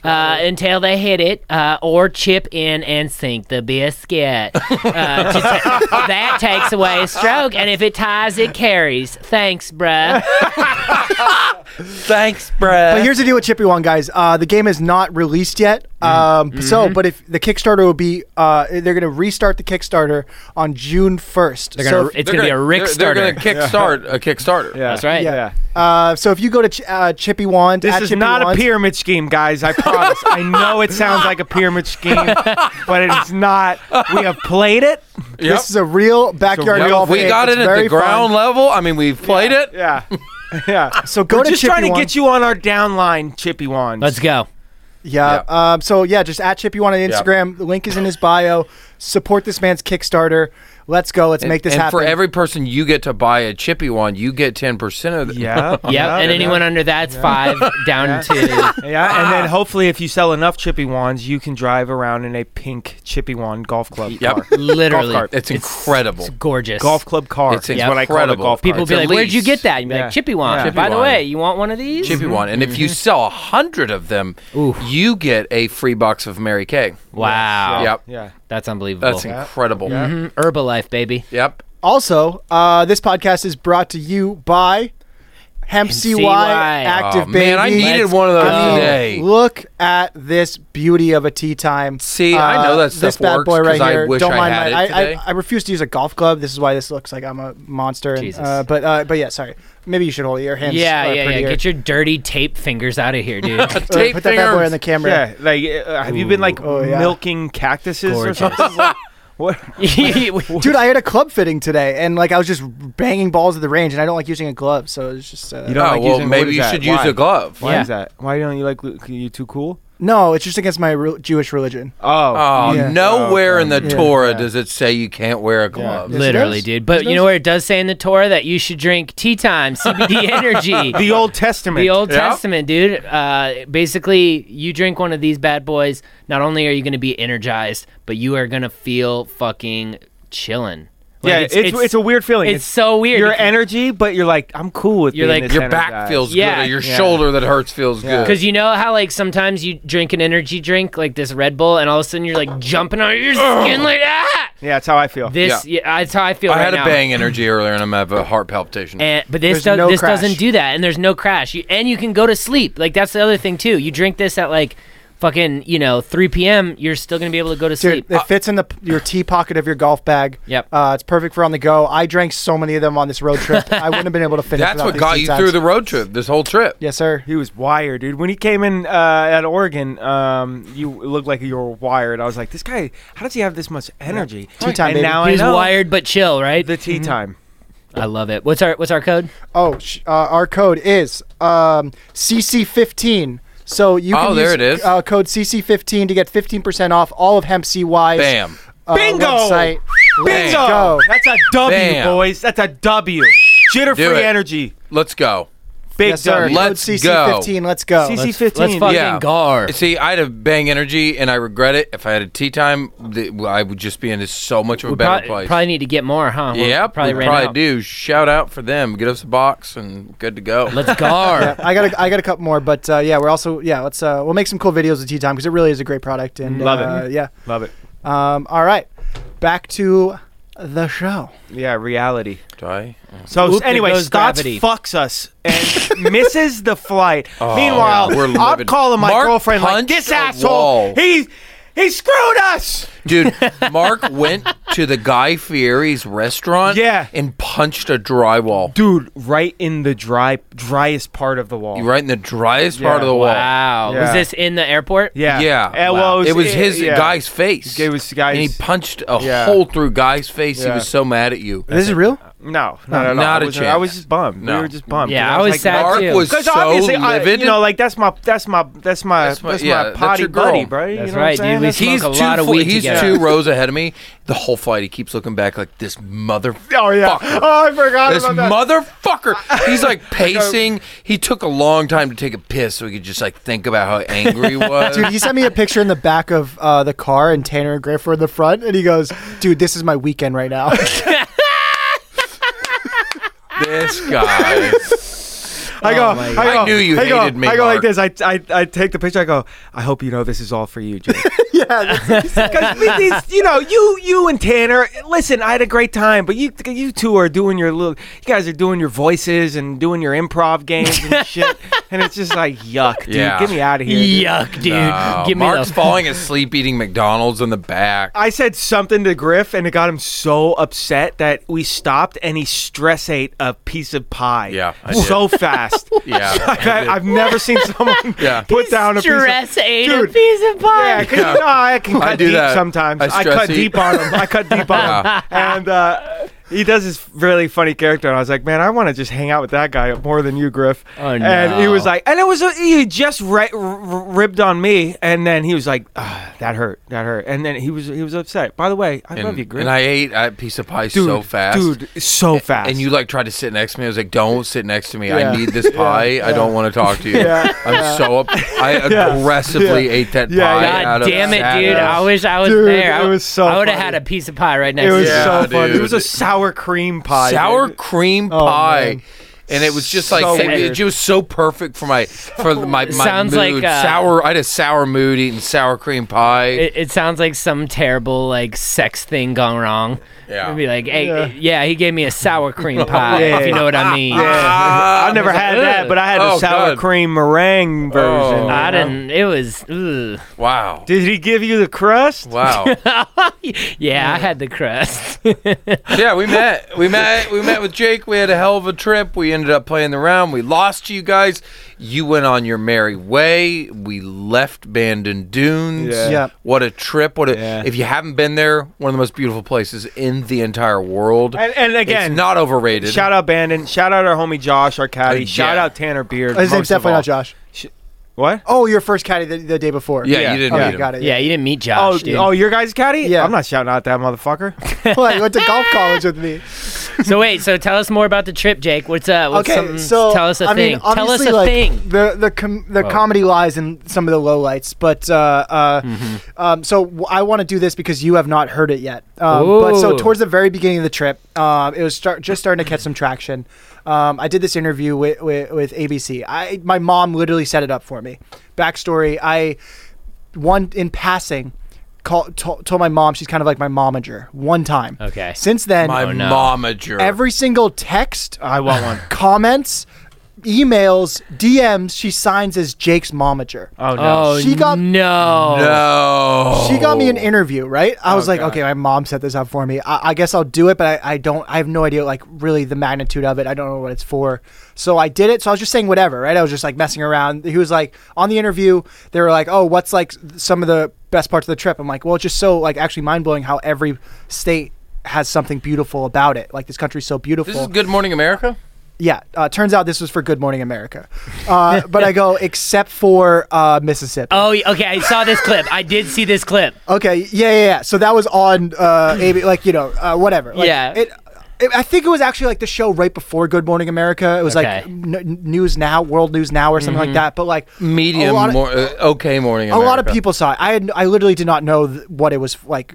Speaker 3: Uh, until they hit it uh, or chip in and sink the biscuit. Uh, to ta- that takes away a stroke, and if it ties, it carries. Thanks, bruh.
Speaker 4: Thanks, Brad.
Speaker 2: But here's the deal with Chippy One, guys. Uh, the game is not released yet. Um, So, but if the Kickstarter will be, uh, they're going to restart the Kickstarter on June 1st. They're
Speaker 3: gonna
Speaker 2: so,
Speaker 3: re- it's gonna be a Rick
Speaker 4: They're, they're
Speaker 3: starter.
Speaker 4: gonna kickstart a Kickstarter.
Speaker 5: Yeah.
Speaker 3: That's right.
Speaker 2: yeah. Uh, so if you go to ch- uh, Chippy One,
Speaker 5: This
Speaker 2: at
Speaker 5: is
Speaker 2: Chippy
Speaker 5: not
Speaker 2: Wand-
Speaker 5: a pyramid scheme, guys. I promise. I know it sounds like a pyramid scheme, but it's not. We have played it.
Speaker 4: Yep.
Speaker 2: This is a real backyard
Speaker 4: Yep,
Speaker 2: golf.
Speaker 4: we
Speaker 2: game.
Speaker 4: got
Speaker 2: It's
Speaker 4: it at
Speaker 2: very
Speaker 4: the ground
Speaker 2: fun.
Speaker 4: level. I mean, we've played it.
Speaker 5: Yeah, yeah.
Speaker 2: So go
Speaker 5: We're
Speaker 2: to
Speaker 5: just
Speaker 2: Chippy
Speaker 5: trying to
Speaker 2: One.
Speaker 5: get you on our downline, Chippy Wands.
Speaker 3: Let's go.
Speaker 2: Yeah. Um, so yeah, just at Chippy One on Instagram. The link is in his bio. Support this man's Kickstarter. Let's go. Let's make this
Speaker 4: and
Speaker 2: happen.
Speaker 4: for every person you get to buy a chippy one, you get ten percent of the
Speaker 5: Yeah.
Speaker 3: Yep. and anyone under that's five down to.
Speaker 5: Yeah, and
Speaker 4: Ah.
Speaker 5: then hopefully, if you sell enough Chippy Wands, you can drive around in a pink Chippy Wand golf club
Speaker 4: Yep.
Speaker 5: car.
Speaker 3: Literally,
Speaker 5: Golf cart.
Speaker 4: It's incredible.
Speaker 3: It's gorgeous.
Speaker 5: Golf club car.
Speaker 4: It's
Speaker 5: is what I call the
Speaker 4: incredible.
Speaker 5: golf
Speaker 4: People
Speaker 5: cart.
Speaker 3: People be
Speaker 4: It's a
Speaker 3: like, "Where'd you
Speaker 4: lease.
Speaker 3: get that?" Mm-hmm. And be
Speaker 5: Yeah.
Speaker 3: like, "Chippy Wand."
Speaker 5: Yeah.
Speaker 3: By
Speaker 4: Chippy
Speaker 3: the
Speaker 4: Wand.
Speaker 3: way, you want one of these?
Speaker 4: chippy one. And if you sell a hundred of them, you get a free box of Mary Kay.
Speaker 3: Wow.
Speaker 4: Yep.
Speaker 5: Yeah.
Speaker 3: That's unbelievable.
Speaker 4: That's incredible.
Speaker 3: Mhm. Herbalife, baby.
Speaker 4: Yep.
Speaker 2: Also, uh, this podcast is brought to you by Hemp CY,
Speaker 3: CY.
Speaker 2: Active
Speaker 4: Oh,
Speaker 2: Baby.
Speaker 4: man, I needed
Speaker 3: Let's
Speaker 4: one of those
Speaker 2: I mean,
Speaker 4: today.
Speaker 2: Look at this beauty of a tea time. Uh,
Speaker 4: See, I know that
Speaker 2: this
Speaker 4: stuff
Speaker 2: bad
Speaker 4: works
Speaker 2: boy right
Speaker 4: 'cause I
Speaker 2: here.
Speaker 4: wish
Speaker 2: Don't
Speaker 4: I
Speaker 2: mind
Speaker 4: had
Speaker 2: my.
Speaker 4: it
Speaker 2: I,
Speaker 4: today.
Speaker 2: I, I refuse to use a golf club. This is why this looks like I'm a monster. and,
Speaker 3: Jesus.
Speaker 2: uh, but uh, but yeah, sorry. Maybe you should hold your hands.
Speaker 3: Yeah,
Speaker 2: uh,
Speaker 3: yeah, yeah.
Speaker 2: prettier.
Speaker 3: Get your dirty tape fingers out of here, dude.
Speaker 2: Uh,
Speaker 4: Tape
Speaker 2: Put that bad boy
Speaker 4: fingers.
Speaker 2: on the camera.
Speaker 5: Yeah. Like, uh, have you been like
Speaker 2: Oh, yeah.
Speaker 5: milking cactuses
Speaker 3: Gorgeous.
Speaker 5: or something? Like, what?
Speaker 2: Dude, I had a club fitting today, and like I was just banging balls at the range, and I don't like using a glove, so it's just. Uh,
Speaker 5: You
Speaker 4: Oh,
Speaker 5: don't like
Speaker 4: well,
Speaker 5: using- what
Speaker 4: maybe
Speaker 5: is
Speaker 4: you
Speaker 5: that?
Speaker 4: should
Speaker 5: Why?
Speaker 4: use a glove.
Speaker 5: Why
Speaker 3: Yeah.
Speaker 5: is that? Why don't you like? Lu- You too cool?
Speaker 2: no, it's just against my re- Jewish religion.
Speaker 5: Oh.
Speaker 4: Oh,
Speaker 2: Yeah.
Speaker 4: nowhere in the
Speaker 2: yeah.
Speaker 4: Torah
Speaker 5: Yeah.
Speaker 4: does it say you can't wear a glove.
Speaker 2: Yeah.
Speaker 3: Literally,
Speaker 2: does.
Speaker 3: dude.
Speaker 2: It
Speaker 3: But you
Speaker 2: does.
Speaker 3: know where it does say in the Torah that you should drink tea time, CBD energy.
Speaker 5: the Old Testament.
Speaker 3: The Old
Speaker 4: Yeah.
Speaker 3: Testament, dude. Uh, basically, you drink one of these bad boys. Not only are you going to be energized, but you are going to feel fucking chilling. Like,
Speaker 5: yeah, it's, it's, a weird feeling.
Speaker 3: It's so weird.
Speaker 5: Your
Speaker 3: You can-
Speaker 5: energy, but you're like, I'm cool with.
Speaker 3: You're
Speaker 5: being
Speaker 3: like-
Speaker 5: this
Speaker 4: Your back
Speaker 5: energized.
Speaker 4: feels
Speaker 3: Yeah.
Speaker 4: good, or your
Speaker 5: Yeah.
Speaker 4: shoulder that hurts feels
Speaker 5: Yeah.
Speaker 4: good.
Speaker 3: Because you know how like sometimes you drink an energy drink like this Red Bull, and all of a sudden you're like jumping on your skin like ah.
Speaker 5: Yeah, that's how I feel.
Speaker 3: This yeah. that's how I feel.
Speaker 4: I
Speaker 3: right
Speaker 4: had a
Speaker 3: now.
Speaker 4: bang energy earlier, and I'm gonna have a heart palpitation.
Speaker 3: And, but this
Speaker 2: There's
Speaker 3: does,
Speaker 2: no
Speaker 3: this
Speaker 2: crash.
Speaker 3: doesn't do that, and there's no crash. You, and you can go to sleep. Like that's the other thing too. You drink this at like fucking, you know, 3 p.m., you're still going to be able to go to
Speaker 2: Dude,
Speaker 3: sleep.
Speaker 2: it fits in the your tee pocket of your golf bag.
Speaker 3: Yep.
Speaker 2: Uh, it's perfect for on the go. I drank so many of them on this road trip. I wouldn't have been able to finish.
Speaker 4: That's
Speaker 2: without
Speaker 4: what
Speaker 2: these
Speaker 4: got
Speaker 2: tea
Speaker 4: you
Speaker 2: times.
Speaker 4: through the road trip, this whole trip.
Speaker 2: Yes, sir.
Speaker 5: He was wired, dude. When he came in uh, at Oregon, um, you looked like you were wired. I was like, this guy, how does he have this much energy?
Speaker 2: Tea time,
Speaker 5: and
Speaker 2: baby.
Speaker 5: now
Speaker 3: He's
Speaker 5: I know
Speaker 3: wired but chill, right?
Speaker 5: the tea time.
Speaker 3: I love it. What's our what's our code?
Speaker 2: Oh, sh- uh, our code is um, CC15. So you can
Speaker 4: Oh, there
Speaker 2: use,
Speaker 4: it is.
Speaker 2: Uh, code CC15 to get 15% off all of Hemp CY's
Speaker 4: Bam.
Speaker 2: Uh,
Speaker 5: Bingo!
Speaker 2: website.
Speaker 5: Bingo!
Speaker 2: go.
Speaker 5: That's a W,
Speaker 4: Bam.
Speaker 5: boys. That's a W. Jitter
Speaker 4: Do
Speaker 5: free
Speaker 4: it.
Speaker 5: energy.
Speaker 4: Let's go.
Speaker 5: Big
Speaker 2: Yes, sir.
Speaker 5: W.
Speaker 4: Let-
Speaker 2: Code
Speaker 4: Let's
Speaker 2: CC15. Let's go.
Speaker 5: CC
Speaker 3: Let's,
Speaker 5: 15.
Speaker 3: let's fucking
Speaker 4: Yeah.
Speaker 3: gar.
Speaker 4: See, I had a bang energy, and I regret it. If I had a tea time, th- I would just be in so much of a
Speaker 3: We
Speaker 4: better
Speaker 3: prob-
Speaker 4: place.
Speaker 3: probably need to get more, huh? We're-
Speaker 4: yeah,
Speaker 3: probably
Speaker 4: we
Speaker 3: ran
Speaker 4: probably
Speaker 3: out.
Speaker 4: do. Shout out for them. Get us a box, and good to go.
Speaker 3: Let's gar.
Speaker 2: I got a, I got a couple more, but uh, yeah, we're also yeah. Let's uh, we'll make some cool videos with Tea Time because it really is a great product and
Speaker 5: Love it.
Speaker 2: uh, Yeah.
Speaker 5: Love it.
Speaker 2: Um, all right, back to the show.
Speaker 5: Yeah, reality.
Speaker 4: Do I?
Speaker 5: So
Speaker 3: Oop, there
Speaker 5: anyway,
Speaker 3: goes
Speaker 5: Scott
Speaker 3: gravity.
Speaker 5: fucks us and misses the flight. Meanwhile,
Speaker 4: Oh, we're
Speaker 5: I'm
Speaker 4: livid.
Speaker 5: calling my
Speaker 4: Mark
Speaker 5: girlfriend like
Speaker 4: punched
Speaker 5: this
Speaker 4: a
Speaker 5: asshole.
Speaker 4: wall."
Speaker 5: He he screwed us.
Speaker 4: Dude, Mark went to the Guy Fieri's restaurant
Speaker 5: Yeah.
Speaker 4: and punched a drywall.
Speaker 5: Dude, right in the dry driest part of the wall.
Speaker 4: Right in the driest
Speaker 5: Yeah.
Speaker 4: part of the wall.
Speaker 3: Wow.
Speaker 5: Yeah.
Speaker 3: Was this in the airport?
Speaker 5: Yeah.
Speaker 4: Yeah.
Speaker 5: Uh, well,
Speaker 4: It was his
Speaker 5: yeah.
Speaker 4: guy's face.
Speaker 5: It was Guy's-
Speaker 4: And he punched a
Speaker 5: Yeah.
Speaker 4: hole through Guy's face. He
Speaker 5: Yeah.
Speaker 4: was so mad at you.
Speaker 2: This is real.
Speaker 5: No, not at all.
Speaker 4: Not
Speaker 5: I
Speaker 4: a
Speaker 5: wasn't- I was
Speaker 4: chance.
Speaker 5: just bummed.
Speaker 4: No.
Speaker 5: We were just bummed.
Speaker 3: Yeah,
Speaker 5: And
Speaker 3: I was sad
Speaker 4: Mark
Speaker 3: too.
Speaker 4: was
Speaker 5: Because
Speaker 4: so
Speaker 5: obviously, I,
Speaker 4: livid.
Speaker 5: you know, like that's my that's my that's my that's
Speaker 4: That's my-
Speaker 5: my,
Speaker 4: yeah, that's
Speaker 5: potty
Speaker 4: your girl.
Speaker 5: buddy, bro. You
Speaker 3: That's
Speaker 5: know what
Speaker 3: right,
Speaker 5: I'm
Speaker 3: dude.
Speaker 5: saying?
Speaker 3: We
Speaker 5: That's
Speaker 3: smoke
Speaker 4: he's
Speaker 3: a
Speaker 4: two,
Speaker 3: lot of
Speaker 4: fl-
Speaker 3: weed
Speaker 4: he's
Speaker 3: together.
Speaker 4: two rows ahead of me. The whole flight, he keeps looking back like this motherfucker.
Speaker 5: Oh yeah. Oh, I forgot
Speaker 4: This
Speaker 5: about that.
Speaker 4: motherfucker. He's like pacing. He took a long time to take a piss so he could just like think about how angry he was.
Speaker 2: Dude, he sent me a picture in the back of uh, the car, and Tanner and Griff were in the front, and he goes, "Dude, this is my weekend right now."
Speaker 4: this guy.
Speaker 5: I go, I, go
Speaker 4: I knew you
Speaker 5: I go,
Speaker 4: hated me,
Speaker 5: I go like
Speaker 4: Mark.
Speaker 5: this. I, I, I take the picture. I go, I hope you know this is all for you, Jake. yeah, because you know, you you and Tanner. Listen, I had a great time, but you you two are doing your little. You guys are doing your voices and doing your improv games and shit, and it's just like yuck, dude.
Speaker 4: Yeah.
Speaker 5: Get me out of here. dude.
Speaker 3: Yuck, dude.
Speaker 4: Oh,
Speaker 3: Give me
Speaker 4: Mark's
Speaker 3: the
Speaker 4: falling asleep eating McDonald's in the back.
Speaker 5: I said something to Griff, and it got him so upset that we stopped, and he stress ate a piece of pie.
Speaker 4: Yeah, I did.
Speaker 5: so fast.
Speaker 4: Yeah,
Speaker 5: I,
Speaker 4: I
Speaker 5: I've never seen someone
Speaker 4: Yeah.
Speaker 5: put down a piece of
Speaker 3: stress ate a
Speaker 5: Dude.
Speaker 3: piece of
Speaker 5: Yeah,
Speaker 3: pie.
Speaker 5: because you know I can cut
Speaker 4: I do
Speaker 5: deep
Speaker 4: that.
Speaker 5: sometimes.
Speaker 4: I
Speaker 5: I,
Speaker 4: stress
Speaker 5: cut
Speaker 4: eat.
Speaker 5: deep on him. I cut deep on him, and uh, he does this really funny character. And I was like, man, I want to just hang out with that guy more than you, Griff.
Speaker 3: Oh,
Speaker 5: And he
Speaker 3: no.
Speaker 5: was like, and it was he just ri- r- ribbed on me, and then he was like, ah, that hurt, that hurt, and then he was he was upset. By the way, I
Speaker 4: and,
Speaker 5: love you, Griff.
Speaker 4: and I ate a piece of pie
Speaker 5: dude,
Speaker 4: so fast.
Speaker 5: dude, so fast.
Speaker 4: And you like tried to sit next to me. I was like, "Don't sit next to me.
Speaker 2: Yeah.
Speaker 4: I need this pie. I don't want to talk to you. I'm so up. I aggressively ate that
Speaker 5: Yeah,
Speaker 4: pie.
Speaker 5: yeah.
Speaker 4: out
Speaker 3: God
Speaker 4: of
Speaker 3: damn it,
Speaker 4: sadness.
Speaker 3: dude. I wish I was
Speaker 5: Dude,
Speaker 3: there. I,
Speaker 5: it was so
Speaker 3: I would have
Speaker 5: funny.
Speaker 3: had a piece of pie right next
Speaker 5: it
Speaker 3: to
Speaker 5: was
Speaker 3: you.
Speaker 4: Yeah,
Speaker 5: so funny. It
Speaker 4: dude.
Speaker 5: was a sour cream pie.
Speaker 4: sour
Speaker 5: dude.
Speaker 4: cream
Speaker 2: Oh,
Speaker 4: pie.
Speaker 2: man.
Speaker 4: And it was just
Speaker 5: So
Speaker 4: like
Speaker 5: weird.
Speaker 4: it was so perfect for my for my, my
Speaker 3: Sounds like,
Speaker 4: mood.
Speaker 3: uh,
Speaker 4: sour. I had a sour mood eating sour cream pie.
Speaker 3: It, it sounds like some terrible like sex thing gone wrong.
Speaker 4: Yeah.
Speaker 3: It'd be like, hey,
Speaker 5: Yeah.
Speaker 3: yeah. he gave me a sour cream pie. If you know what I mean.
Speaker 4: Ah.
Speaker 5: I never had that, but I had a
Speaker 4: Oh,
Speaker 5: sour
Speaker 4: God.
Speaker 5: cream meringue version.
Speaker 4: Oh.
Speaker 3: I didn't. It was. Ugh.
Speaker 4: wow,
Speaker 5: Did he give you the crust?
Speaker 4: wow.
Speaker 3: Yeah, I had the crust.
Speaker 4: yeah, we met. We met. We met with Jake. We had a hell of a trip. We ended up playing the round. We lost to you guys. You went on your merry way. We left Bandon Dunes.
Speaker 5: Yeah.
Speaker 2: Yep.
Speaker 4: What a trip! What a,
Speaker 5: Yeah.
Speaker 4: if you haven't been there, one of the most beautiful places in the entire world.
Speaker 5: And- and again,
Speaker 4: It's not overrated.
Speaker 5: Shout out Bandon. Shout out our homie Josh, our caddy.
Speaker 4: Uh,
Speaker 5: Shout
Speaker 4: yeah.
Speaker 5: out Tanner Beard.
Speaker 2: His name's
Speaker 5: most of
Speaker 2: definitely
Speaker 5: all.
Speaker 2: not Josh.
Speaker 5: What?
Speaker 2: Oh, your first caddy the, the day before.
Speaker 4: Yeah, you didn't
Speaker 2: Okay,
Speaker 4: meet him.
Speaker 2: Oh, got it.
Speaker 3: yeah, you didn't meet
Speaker 5: Oh,
Speaker 3: Josh, dude.
Speaker 5: oh, your guy's caddy?
Speaker 2: Yeah.
Speaker 5: I'm not shouting out that motherfucker.
Speaker 2: well, he went to golf college with me.
Speaker 3: So wait, so tell us more about the trip, Jake. What's up? What's
Speaker 2: Okay,
Speaker 3: something-
Speaker 2: so
Speaker 3: tell us a
Speaker 2: I
Speaker 3: thing.
Speaker 2: Mean,
Speaker 3: tell us
Speaker 2: obviously,
Speaker 3: a
Speaker 2: like,
Speaker 3: thing. Oh.
Speaker 2: The the com- the comedy lies in some of the lowlights, but uh, uh,
Speaker 3: Mm-hmm.
Speaker 2: um, so w- I want to do this because you have not heard it yet. Um, but so
Speaker 3: Ooh.
Speaker 2: towards the very beginning of the trip, um, it was start- just starting to catch some traction. Um, I did this interview with, with with ABC. I my mom literally set it up for me. Backstory: I one in passing. Call, to- told my mom she's kind of like my momager one time.
Speaker 3: Okay. Oh,
Speaker 2: Since then,
Speaker 4: my
Speaker 3: no.
Speaker 4: momager.
Speaker 2: every single text
Speaker 5: I want one.
Speaker 2: comments emails, DMs, she signs as Jake's momager.
Speaker 5: Oh no.
Speaker 3: Oh,
Speaker 2: She got-
Speaker 3: no.
Speaker 4: No.
Speaker 2: She got me an interview, right? I was like,
Speaker 5: God.
Speaker 2: okay, my mom set this up for me. I, I guess I'll do it, but I, I don't, I have no idea, like, really the magnitude of it. I don't know what it's for. So I did it. So I was just saying whatever, right? I was just like messing around. He was like, on the interview, they were like, oh, what's like some of the best parts of the trip? I'm like, well, it's just so, like, actually mind blowing how every state has something beautiful about it. Like, this country's so beautiful.
Speaker 4: This is Good Morning America.
Speaker 2: Yeah, uh, turns out this was for Good Morning America. Uh, but I go, except for uh, Mississippi.
Speaker 3: Oh, y- okay. I saw this clip. I did see this clip.
Speaker 2: Okay, yeah, yeah, yeah. So that was on uh, AB, like you know, uh, whatever. Like,
Speaker 3: Yeah.
Speaker 2: It, it, I think it was actually like the show right before Good Morning America. It was
Speaker 3: Okay.
Speaker 2: like n- n- News Now, World News Now, or something like that. But like
Speaker 4: Medium.
Speaker 2: a lot of,
Speaker 4: mor- uh, okay, Morning.
Speaker 2: a lot of
Speaker 4: America.
Speaker 2: people saw it. I had, I literally did not know th- what it was like.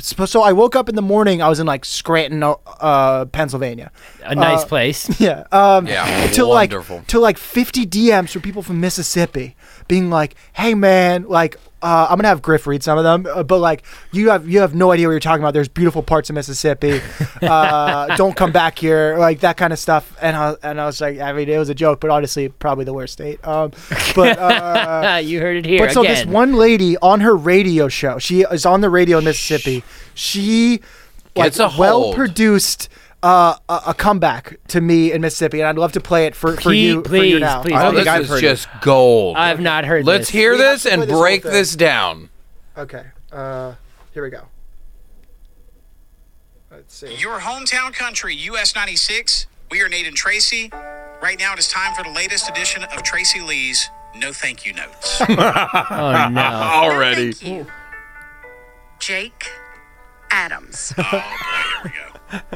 Speaker 2: So, so I woke up in the morning. I was in like Scranton, uh, Pennsylvania.
Speaker 3: A nice place.
Speaker 2: Yeah. Um,
Speaker 4: Yeah,
Speaker 2: To
Speaker 4: wonderful.
Speaker 2: like to like 50 DMs from people from Mississippi being like, "Hey man, like uh, I'm gonna have Griff read some of them, uh, but like you have you have no idea what you're talking about. There's beautiful parts of Mississippi. Uh, don't come back here, like that kind of stuff." And I, and I was like, I mean, it was a joke, but honestly, probably the worst state. Um, but uh,
Speaker 3: Ah, you heard it here.
Speaker 2: but so
Speaker 3: again.
Speaker 2: this one lady on her radio show, she is on the radio in Mississippi. She like
Speaker 4: Gets a hold.
Speaker 2: well produced uh, a, a comeback to me in Mississippi, and I'd love to play it for, for
Speaker 3: Please,
Speaker 2: you for you
Speaker 3: please,
Speaker 2: now.
Speaker 3: please.
Speaker 4: Oh,
Speaker 5: I don't
Speaker 4: this
Speaker 5: think I've
Speaker 4: is
Speaker 5: heard
Speaker 4: just gold.
Speaker 3: I've not heard
Speaker 4: Let's
Speaker 3: this.
Speaker 4: hear
Speaker 2: We have
Speaker 4: this
Speaker 2: to play
Speaker 4: and
Speaker 2: this whole
Speaker 4: break
Speaker 2: thing.
Speaker 4: this down.
Speaker 2: Okay, uh, here we go. Let's see.
Speaker 7: Your hometown country, US 96. We are Nate and Tracy. Right now, it is time for the latest edition of Tracy Lee's No Thank You Notes.
Speaker 3: Oh, no.
Speaker 4: Already.
Speaker 8: Thank you. Jake Adams.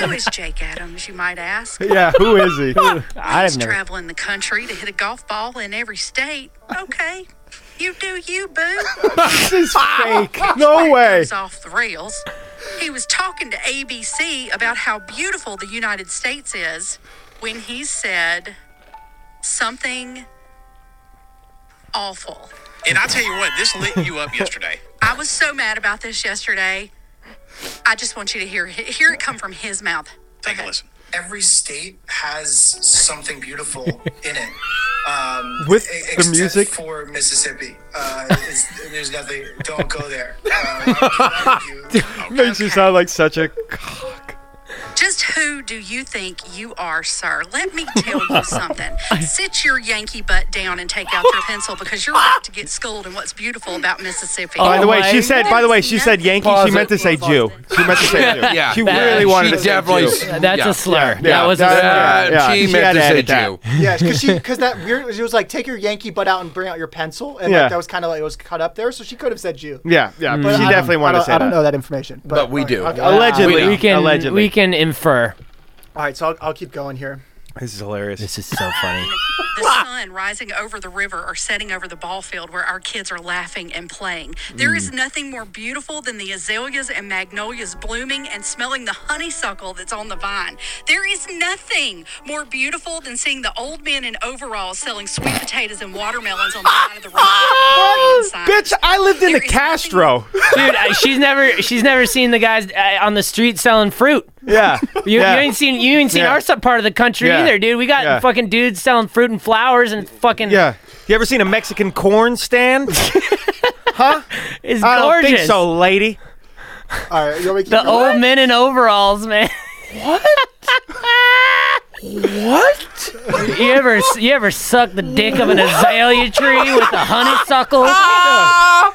Speaker 8: Who is Jake Adams, you might ask?
Speaker 5: Yeah, who is he?
Speaker 3: I've
Speaker 8: He's
Speaker 3: never.
Speaker 8: traveling the country to hit a golf ball in every state. Okay. You do you, boo.
Speaker 5: this is fake. No way.
Speaker 8: Goes off the rails. He was talking to ABC about how beautiful the United States is when he said something awful.
Speaker 7: and I'll tell you what, this lit you up yesterday.
Speaker 8: I was so mad about this yesterday. I just want you to hear hear it come from his mouth.
Speaker 7: Take a listen.
Speaker 9: every state has something beautiful in it. Um,
Speaker 5: With
Speaker 9: e-
Speaker 5: the
Speaker 9: except
Speaker 5: music?
Speaker 9: for Mississippi, uh, it's, there's nothing. Don't go there. Uh, I would argue-
Speaker 5: Makes you sound like such a cock.
Speaker 8: Just who do you think you are, sir? Let me tell you something. Sit your Yankee butt down and take out your pencil because you're about to get schooled in what's beautiful about Mississippi.
Speaker 5: By the way,
Speaker 3: my
Speaker 5: she said. By the way, she said
Speaker 8: Oh goodness.
Speaker 5: Yankee.
Speaker 4: Pause
Speaker 5: she meant
Speaker 4: it.
Speaker 5: to say Jew. She meant to say Jew.
Speaker 4: Yeah.
Speaker 5: she
Speaker 4: that-
Speaker 5: really wanted to
Speaker 4: She
Speaker 5: say
Speaker 4: definitely.
Speaker 5: Jew.
Speaker 4: s-
Speaker 3: Uh, That's
Speaker 4: yeah.
Speaker 3: a slur.
Speaker 5: yeah,
Speaker 3: that was a
Speaker 5: that-
Speaker 3: slur.
Speaker 4: Yeah,
Speaker 5: Yeah,
Speaker 4: she
Speaker 5: she
Speaker 4: meant
Speaker 5: had
Speaker 4: to
Speaker 5: to
Speaker 4: say
Speaker 5: edit that.
Speaker 4: Jew.
Speaker 2: Yeah, because she because that weird she was like take your Yankee butt out and bring out your pencil, and
Speaker 5: Yeah.
Speaker 2: like, that was kind of like it was cut up there, so she could have said you.
Speaker 5: Yeah, yeah.
Speaker 2: But
Speaker 5: She
Speaker 2: I don't-
Speaker 5: definitely wanted
Speaker 2: I don't-
Speaker 5: to say
Speaker 2: I don't
Speaker 5: that.
Speaker 2: know that information, but,
Speaker 4: But we do.
Speaker 2: okay.
Speaker 5: Allegedly,
Speaker 3: We can
Speaker 5: allegedly.
Speaker 3: we can infer.
Speaker 2: All right, so I'll, I'll keep going here.
Speaker 5: this is hilarious.
Speaker 3: This is so funny.
Speaker 8: the sun rising over the river or setting over the ball field where our kids are laughing and playing. There is nothing more beautiful than the azaleas and magnolias blooming and smelling the honeysuckle that's on the vine. There is nothing more beautiful than seeing the old men in overalls selling sweet potatoes and watermelons on the side of the road.
Speaker 5: Ah, Bitch, I lived in the
Speaker 8: There is nothing-
Speaker 5: Castro.
Speaker 3: Dude, I- she's never she's never seen the guys uh, on the street selling fruit.
Speaker 5: Yeah.
Speaker 3: You,
Speaker 5: yeah.
Speaker 3: you ain't seen you ain't seen
Speaker 5: Yeah.
Speaker 3: our sub part of the country
Speaker 5: Yeah.
Speaker 3: either, dude. We got
Speaker 5: Yeah.
Speaker 3: fucking dudes selling fruit and flowers and fucking
Speaker 5: Yeah. You ever seen a Mexican corn stand?
Speaker 3: It's gorgeous.
Speaker 5: I don't think so, lady.
Speaker 2: All right, you want me to keep
Speaker 3: The
Speaker 2: going?
Speaker 3: old men in overalls, man. What? what? You ever you ever suck the dick of an azalea tree with a honeysuckle?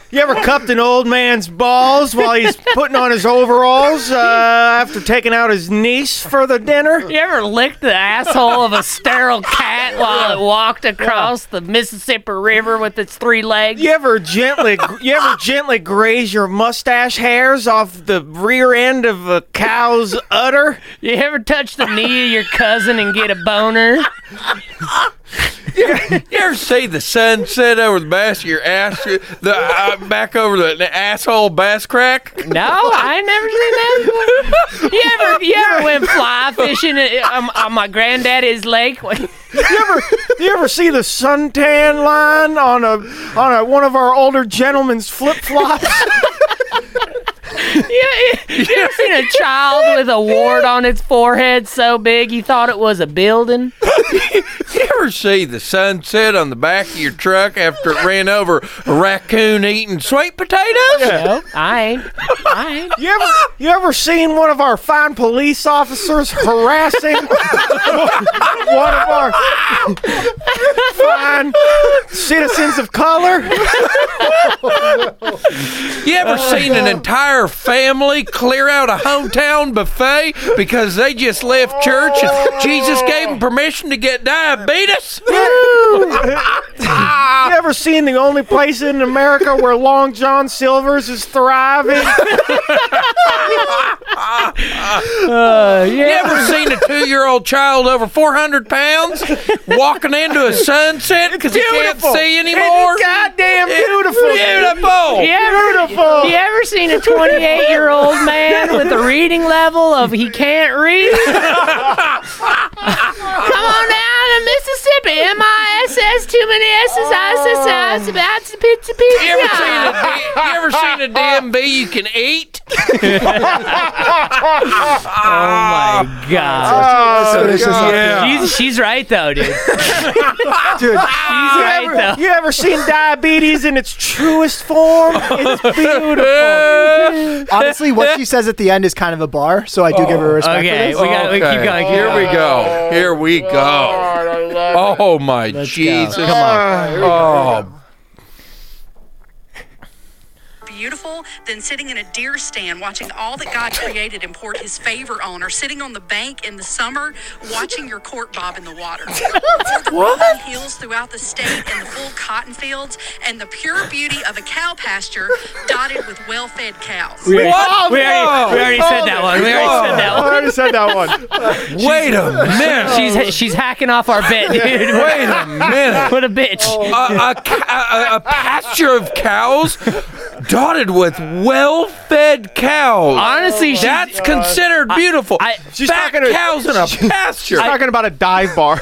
Speaker 5: You ever cupped an old man's balls while he's putting on his overalls uh, after taking out his niece for the dinner?
Speaker 3: You ever licked the asshole of a sterile cat while it walked across the Mississippi River with its three legs?
Speaker 5: You ever gently, you ever gently graze your mustache hairs off the rear end of a cow's udder?
Speaker 3: You ever touch the knee of your cousin and get a boner?
Speaker 4: You ever see the sunset over the bass of your ass, the uh, back over the, the asshole bass crack?
Speaker 3: No, I ain't never seen that. Before. You ever you ever went fly fishing at- on, on my granddaddy's lake?
Speaker 5: You ever see the suntan line on a on a one of our older gentlemen's flip flops?
Speaker 3: Yeah, you you ever seen a child with a wart on its forehead so big you thought it was a building?
Speaker 4: You ever see the sunset on the back of your truck after it ran over a raccoon eating sweet potatoes?
Speaker 3: No, I ain't. I ain't.
Speaker 5: You ever you ever seen one of our fine police officers harassing one of our fine citizens of color?
Speaker 4: You ever seen an entire family clear out a hometown buffet because they just left church and Jesus gave them permission to get diabetes?
Speaker 5: You ever seen the only place in America where Long John Silver's is thriving?
Speaker 4: You ever seen a two-year-old child over 400 pounds walking into a sunset because he can't
Speaker 5: Beautiful.
Speaker 4: see anymore?
Speaker 5: It's goddamn beautiful.
Speaker 4: Beautiful.
Speaker 3: You ever,
Speaker 5: Beautiful.
Speaker 3: you ever seen a 28 year old man with a reading level of he can't read? Come on down to Mississippi. M I S S, too many S's, I S S, that's pizza
Speaker 4: You ever seen a
Speaker 3: pizza.
Speaker 4: d- you ever seen a DMB you can eat?
Speaker 3: Oh my God.
Speaker 5: Oh,
Speaker 2: this is
Speaker 5: God.
Speaker 3: She's, she's right though, dude. She's
Speaker 2: Dude,
Speaker 3: right though.
Speaker 5: Ah, You ever seen diabetes in its truest form? It's beautiful.
Speaker 2: honestly, what she says at the end is kind of a bar, so I do give her respect
Speaker 3: Okay,
Speaker 2: for
Speaker 3: we
Speaker 2: this.
Speaker 3: got we keep going. keep
Speaker 4: Here we
Speaker 3: going.
Speaker 4: go. Here we go. Oh my Jesus! Come on. Oh,
Speaker 8: beautiful than sitting in a deer stand watching all that God created and poured his favor on, or sitting on the bank in the summer watching your court bob in the water. For the rolling hills throughout the state and the full cotton fields and the pure beauty of a cow pasture dotted with well fed cows.
Speaker 4: what?
Speaker 3: We already, we already said that one. We already said that
Speaker 5: I
Speaker 3: one.
Speaker 5: already said that one.
Speaker 4: Wait a minute.
Speaker 3: She's she's hacking off our bit, dude.
Speaker 4: Wait Oh. a minute.
Speaker 3: What a bitch.
Speaker 4: A, a, ca- a, a pasture of cows dotted with well-fed cows.
Speaker 3: Honestly, she's-
Speaker 4: that's considered beautiful.
Speaker 3: I-
Speaker 5: She's
Speaker 4: Fat
Speaker 5: talking to-
Speaker 4: cows in a pasture.
Speaker 5: Talking about a dive bar.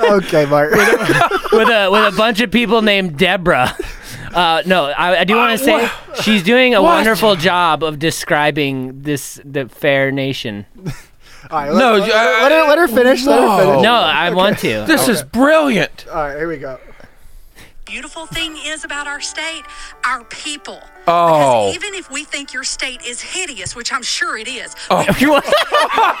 Speaker 2: Okay, Mark.
Speaker 3: with a with a bunch of people named Deborah. Uh, no, I, I do want to say she's doing a wonderful job of describing this the fair nation.
Speaker 2: All right,
Speaker 4: No,
Speaker 2: let, let,
Speaker 4: I-
Speaker 2: let her, let her finish. Let her
Speaker 4: Whoa.
Speaker 2: finish.
Speaker 3: No, I want to.
Speaker 4: this is brilliant.
Speaker 2: All right, here we go.
Speaker 8: Beautiful thing is about our state, our people.
Speaker 4: Oh.
Speaker 8: Because even if we think your state is hideous, which I'm sure it is,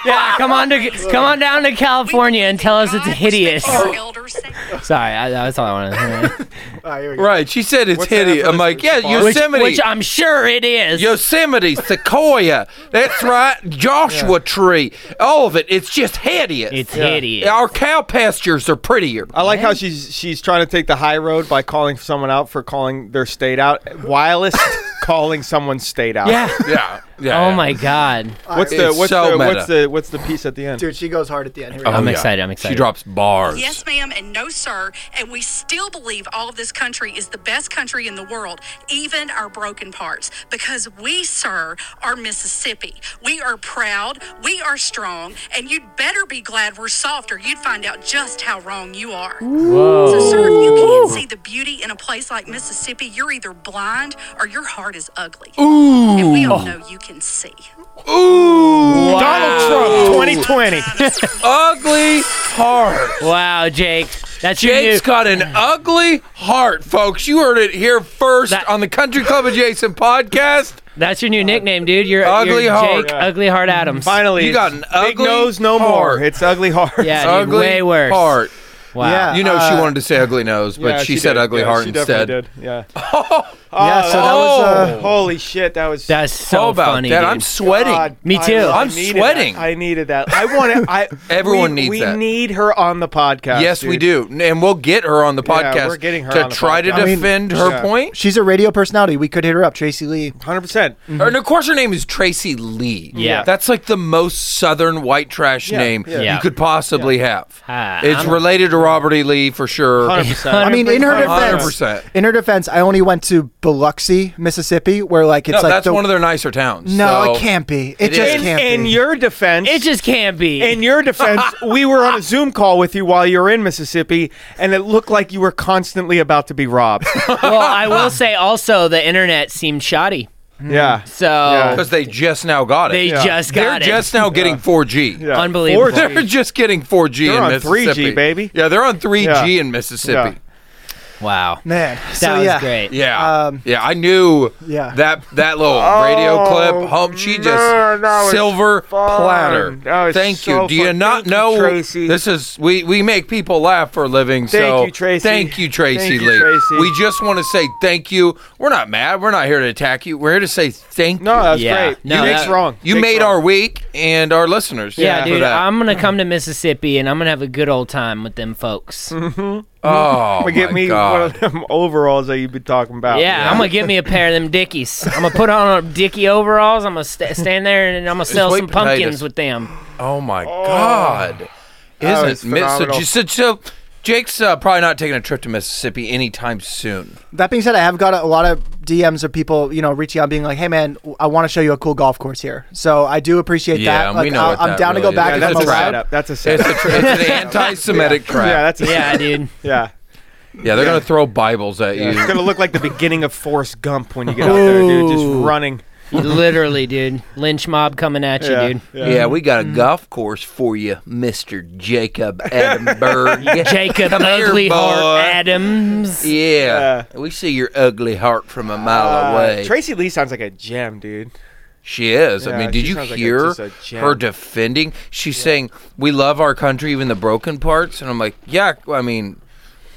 Speaker 3: yeah, come on to come on down to California and tell us it's
Speaker 8: God
Speaker 3: hideous.
Speaker 8: respects our elders.
Speaker 3: Sorry, I, that's all I wanted. to say.
Speaker 2: All right, here we go.
Speaker 4: Right? She said it's
Speaker 5: What's that
Speaker 4: hideous.
Speaker 5: for
Speaker 4: I'm
Speaker 5: the
Speaker 4: like, yeah,
Speaker 5: response?
Speaker 4: Yosemite.
Speaker 3: Which I'm sure it is.
Speaker 4: Yosemite, Sequoia. That's right. Joshua tree. All of it. It's just hideous.
Speaker 3: it's hideous.
Speaker 4: Our cow pastures are prettier.
Speaker 5: I like how she's she's trying to take the high road by calling someone out for calling their state out, whilst calling someone's state out.
Speaker 3: Yeah.
Speaker 4: Yeah. yeah
Speaker 3: Oh my god.
Speaker 5: What's the
Speaker 4: It's
Speaker 5: what's
Speaker 4: so
Speaker 5: the
Speaker 4: meta.
Speaker 5: what's the what's the piece at the end?
Speaker 2: Dude, she goes hard at the end. Here we
Speaker 4: Oh,
Speaker 2: go.
Speaker 3: I'm
Speaker 4: yeah.
Speaker 3: excited, I'm excited.
Speaker 4: She drops bars.
Speaker 8: Yes, ma'am, and no, sir. And we still believe all of this country is the best country in the world, even our broken parts, because we, sir, are Mississippi. We are proud, we are strong, and you'd better be glad we're soft or you'd find out just how wrong you are. So, sir, if you can't see the beauty in a place like Mississippi, you're either blind or your heart is ugly. And we all know you can see.
Speaker 4: Ooh.
Speaker 5: Donald Trump, 2020.
Speaker 4: Ugly heart.
Speaker 3: Wow, Jake. That's your new
Speaker 4: Jake's got an ugly heart, folks. You heard it here first
Speaker 3: That-
Speaker 4: on the Country Club Adjacent podcast.
Speaker 3: that's your new nickname, dude. You're
Speaker 4: Ugly
Speaker 3: you're
Speaker 4: heart.
Speaker 3: Jake Ugly Heart Adams.
Speaker 5: Finally,
Speaker 4: You got
Speaker 5: it's
Speaker 4: an
Speaker 5: big
Speaker 4: ugly
Speaker 5: nose, no
Speaker 4: heart.
Speaker 5: more. It's ugly heart.
Speaker 3: Yeah, dude,
Speaker 4: ugly
Speaker 3: way worse.
Speaker 4: heart.
Speaker 3: Wow.
Speaker 2: Yeah.
Speaker 4: You know she
Speaker 2: Uh,
Speaker 4: wanted to say ugly nose, but
Speaker 5: Yeah,
Speaker 4: she, said
Speaker 5: did.
Speaker 4: ugly
Speaker 5: Yeah,
Speaker 4: heart
Speaker 5: she
Speaker 4: instead. Oh,
Speaker 5: definitely did. Yeah.
Speaker 2: Yeah, so that was. Uh,
Speaker 5: Holy shit, that was
Speaker 3: That's so
Speaker 4: How about
Speaker 3: funny.
Speaker 4: that?
Speaker 3: dude.
Speaker 4: I'm sweating.
Speaker 5: God,
Speaker 3: Me
Speaker 5: I-
Speaker 3: too.
Speaker 5: I
Speaker 4: I'm
Speaker 5: needed
Speaker 4: sweating.
Speaker 5: that. I needed that. I want to. I
Speaker 4: Everyone
Speaker 5: we,
Speaker 4: needs
Speaker 5: we
Speaker 4: that.
Speaker 5: need her on the podcast.
Speaker 4: Yes, we
Speaker 5: dude.
Speaker 4: do, and we'll get her on the
Speaker 5: Yeah,
Speaker 4: podcast
Speaker 5: we're getting her
Speaker 4: to
Speaker 5: on the
Speaker 4: try
Speaker 5: podcast.
Speaker 4: to
Speaker 5: I
Speaker 2: mean,
Speaker 4: defend her
Speaker 5: yeah.
Speaker 4: point.
Speaker 2: she's a radio personality. We could hit her up, Tracy Lee.
Speaker 5: 100%.
Speaker 4: And of course, her name is Tracy Lee.
Speaker 3: Mm-hmm. Yeah.
Speaker 4: that's like the most southern white trash name
Speaker 3: Yeah.
Speaker 4: you could possibly have.
Speaker 3: Ah,
Speaker 4: it's
Speaker 3: I'm-
Speaker 4: related to Robert E. Lee for sure.
Speaker 5: 100%.
Speaker 2: I mean, in her defense,
Speaker 4: 100%.
Speaker 2: in her defense, I only went to Biloxi, Mississippi, where like it's
Speaker 4: No,
Speaker 2: like
Speaker 4: that's
Speaker 2: the,
Speaker 4: one of their nicer towns.
Speaker 2: No,
Speaker 4: so-
Speaker 2: it can't be. It,
Speaker 4: is.
Speaker 2: just
Speaker 5: In,
Speaker 2: can't
Speaker 5: in
Speaker 2: be.
Speaker 5: your defense,
Speaker 3: It just can't be.
Speaker 5: in your defense, we were on a Zoom call with you while you were in Mississippi, and it looked like you were constantly about to be robbed.
Speaker 3: well, I will say also the internet seemed shoddy.
Speaker 5: yeah.
Speaker 3: So
Speaker 4: Because they just now got it.
Speaker 3: they
Speaker 5: Yeah.
Speaker 3: just
Speaker 4: They're
Speaker 3: got it.
Speaker 4: just now getting 4G.
Speaker 5: Yeah.
Speaker 3: Unbelievable.
Speaker 5: Or-
Speaker 4: They're just getting 4G
Speaker 5: They're
Speaker 4: in
Speaker 5: on 3G,
Speaker 4: Mississippi.
Speaker 5: baby.
Speaker 4: Yeah, they're on 3G
Speaker 5: Yeah.
Speaker 4: in Mississippi.
Speaker 3: wow. That
Speaker 2: man. That so,
Speaker 3: was
Speaker 2: yeah.
Speaker 3: great.
Speaker 4: Yeah.
Speaker 2: Um,
Speaker 4: yeah, I knew
Speaker 2: Yeah.
Speaker 4: that that little
Speaker 5: Oh,
Speaker 4: radio clip. Hump, she just
Speaker 5: man, that was
Speaker 4: silver
Speaker 5: fun.
Speaker 4: platter.
Speaker 5: That was
Speaker 4: Thank
Speaker 5: so
Speaker 4: you. Do you
Speaker 5: fun.
Speaker 4: not
Speaker 5: Thank you,
Speaker 4: know
Speaker 5: Tracy.
Speaker 4: this is we we make people laugh for a living.
Speaker 5: Thank
Speaker 4: so
Speaker 5: you, Tracy.
Speaker 4: Thank you, Tracy
Speaker 5: Thank you,
Speaker 4: Lee.
Speaker 5: Tracy.
Speaker 4: We just want to say thank you. We're not mad. We're not here to attack you. We're here to say thank
Speaker 5: No,
Speaker 4: you.
Speaker 5: that's
Speaker 3: Yeah.
Speaker 5: great.
Speaker 3: No,
Speaker 5: you
Speaker 3: that-
Speaker 5: Nick's wrong.
Speaker 4: You
Speaker 5: Nick's
Speaker 4: made
Speaker 5: wrong.
Speaker 4: our week and our listeners.
Speaker 3: Yeah,
Speaker 4: for
Speaker 3: dude,
Speaker 4: that.
Speaker 3: I'm gonna come to Mississippi and I'm gonna have a good old time with them folks. yeah,
Speaker 4: oh,
Speaker 5: But Get
Speaker 4: my
Speaker 5: me
Speaker 4: God.
Speaker 5: one of them overalls that you've been talking about.
Speaker 3: I'm gonna get me a pair of them dickies. I'm gonna put on a dicky overalls. I'm gonna sta stand there and I'm gonna sell
Speaker 4: white
Speaker 3: some pumpkins
Speaker 4: potatoes.
Speaker 3: with them.
Speaker 4: Oh my God!
Speaker 5: That was
Speaker 4: Isn't Mi- so,
Speaker 5: phenomenal.
Speaker 4: j- so? so Jake's uh, probably not taking a trip to Mississippi anytime soon.
Speaker 2: That being said, I have got a, a lot of DMs of people, you know, reaching out, being like, "Hey, man, I want to show you a cool golf course here." So I do appreciate
Speaker 4: Yeah,
Speaker 2: that.
Speaker 4: we know
Speaker 2: I'll-
Speaker 4: what
Speaker 2: I'm
Speaker 4: that
Speaker 2: down to
Speaker 4: really
Speaker 2: go back
Speaker 4: is.
Speaker 5: Yeah,
Speaker 2: if
Speaker 5: that's
Speaker 2: I'm
Speaker 5: a
Speaker 4: allowed.
Speaker 5: setup. That's a
Speaker 4: It's,
Speaker 5: setup.
Speaker 4: a tra- it's an anti-Semitic trap.
Speaker 5: yeah, that's a
Speaker 3: Yeah, dude.
Speaker 5: yeah.
Speaker 4: Yeah, they're gonna throw Bibles at you.
Speaker 5: It's gonna look like the beginning of Forrest Gump when you get out there, dude. Just running.
Speaker 3: Literally, dude. Lynch mob coming at you,
Speaker 5: Yeah,
Speaker 3: dude.
Speaker 5: yeah.
Speaker 4: Yeah, we got a
Speaker 3: Mm-hmm.
Speaker 4: golf course for you, Mister Jacob Edinburgh.
Speaker 3: Jacob
Speaker 4: Come here,
Speaker 3: Ugly
Speaker 4: boy.
Speaker 3: Heart Adams.
Speaker 4: Yeah, we see your ugly heart from a mile
Speaker 5: Uh,
Speaker 4: away.
Speaker 5: Tracy Lee sounds like a gem, dude.
Speaker 4: She is. I
Speaker 5: Yeah,
Speaker 4: mean, did
Speaker 5: she
Speaker 4: you
Speaker 5: sounds like a-
Speaker 4: hear
Speaker 5: just a gem.
Speaker 4: her defending? She's saying, "We love our country, even the broken parts." And I'm like, "Yeah, I mean,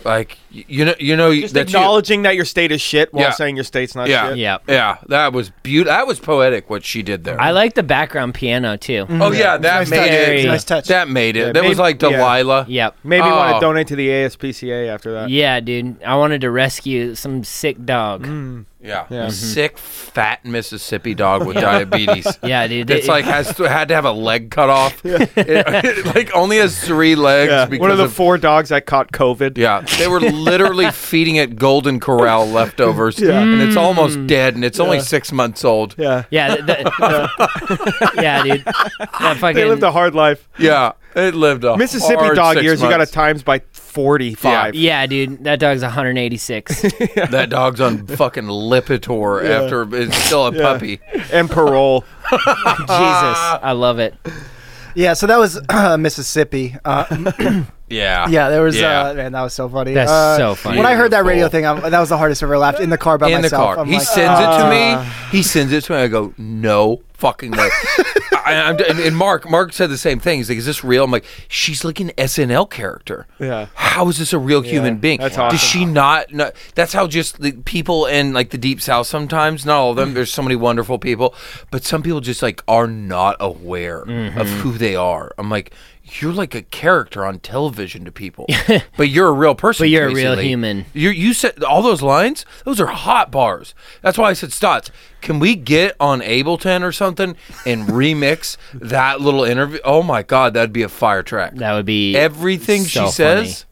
Speaker 4: like y- you know, you know,
Speaker 5: Just
Speaker 4: that's you.
Speaker 5: acknowledging that your state is shit while
Speaker 4: Yeah.
Speaker 5: saying your state's not
Speaker 4: Yeah,
Speaker 5: shit.
Speaker 3: Yep.
Speaker 4: yeah. That was beautiful. That was poetic. What she did there.
Speaker 3: I like the background piano too.
Speaker 5: Mm.
Speaker 4: oh yeah, that
Speaker 2: nice
Speaker 4: made
Speaker 2: touch.
Speaker 4: it.
Speaker 3: It's a nice
Speaker 2: touch.
Speaker 4: That made it.
Speaker 5: Yeah,
Speaker 4: that was
Speaker 5: maybe-
Speaker 4: like
Speaker 5: yeah.
Speaker 4: Delilah.
Speaker 3: Yep.
Speaker 5: Maybe you want
Speaker 4: Oh.
Speaker 5: to donate to the ASPCA after that.
Speaker 3: Yeah, dude. I wanted to rescue some sick dog.
Speaker 5: Mm.
Speaker 4: Yeah,
Speaker 3: Mm-hmm.
Speaker 4: sick fat Mississippi dog with diabetes.
Speaker 3: Yeah, dude.
Speaker 4: It's
Speaker 3: It-
Speaker 4: like has to, had to have a leg cut off. It- like only has three legs
Speaker 5: Yeah.
Speaker 4: because
Speaker 5: One of the
Speaker 4: of
Speaker 5: four dogs that caught COVID.
Speaker 4: Yeah, they were literally feeding it Golden Corral leftovers, and it's almost dead, and it's only six months old. Yeah,
Speaker 5: Mm. Yeah.
Speaker 3: yeah, th- th- yeah, dude. That fucking
Speaker 5: They lived a hard life.
Speaker 4: it lived off
Speaker 5: Mississippi dog years, you got to times by 45.
Speaker 3: yeah, dude. That dog's 186.
Speaker 4: that dog's on fucking Lipitor after it's still a puppy.
Speaker 5: And parole.
Speaker 3: Jesus,
Speaker 4: Ah.
Speaker 3: I love it.
Speaker 2: Yeah, so that was uh, Mississippi. Uh,
Speaker 4: Yeah,
Speaker 2: yeah, there was.
Speaker 4: Yeah.
Speaker 2: Uh, man, that was so funny.
Speaker 3: That's
Speaker 2: Uh,
Speaker 3: so funny.
Speaker 2: When I heard that radio
Speaker 4: Beautiful.
Speaker 2: thing, I, that was the hardest I ever laughed in the car by
Speaker 4: in the
Speaker 2: myself.
Speaker 4: car.
Speaker 2: I'm
Speaker 4: he
Speaker 2: like, um,
Speaker 4: sends it to me. He sends it to me. I go, no fucking way. I, I'm, and, and Mark, Mark said the same thing. He's like, is this real? I'm like, she's like an SNL character.
Speaker 5: Yeah.
Speaker 4: How is this a real human being?
Speaker 5: that's
Speaker 4: Does
Speaker 5: awesome.
Speaker 4: she not? No, that's how just the people in like the deep south sometimes. Not all of them. There's so many wonderful people, but some people just like are not aware of who they are. I'm like. You're like a character on television to people, but you're a real person.
Speaker 3: But you're a
Speaker 4: Tracy
Speaker 3: real
Speaker 4: Lee.
Speaker 3: human.
Speaker 4: You you said all those lines. Those are hot bars. That's why I said Stotts. Can we get on Ableton or something and remix that little interview? Oh my God, that'd be a fire track.
Speaker 3: That would be
Speaker 4: Everything
Speaker 3: so
Speaker 4: she says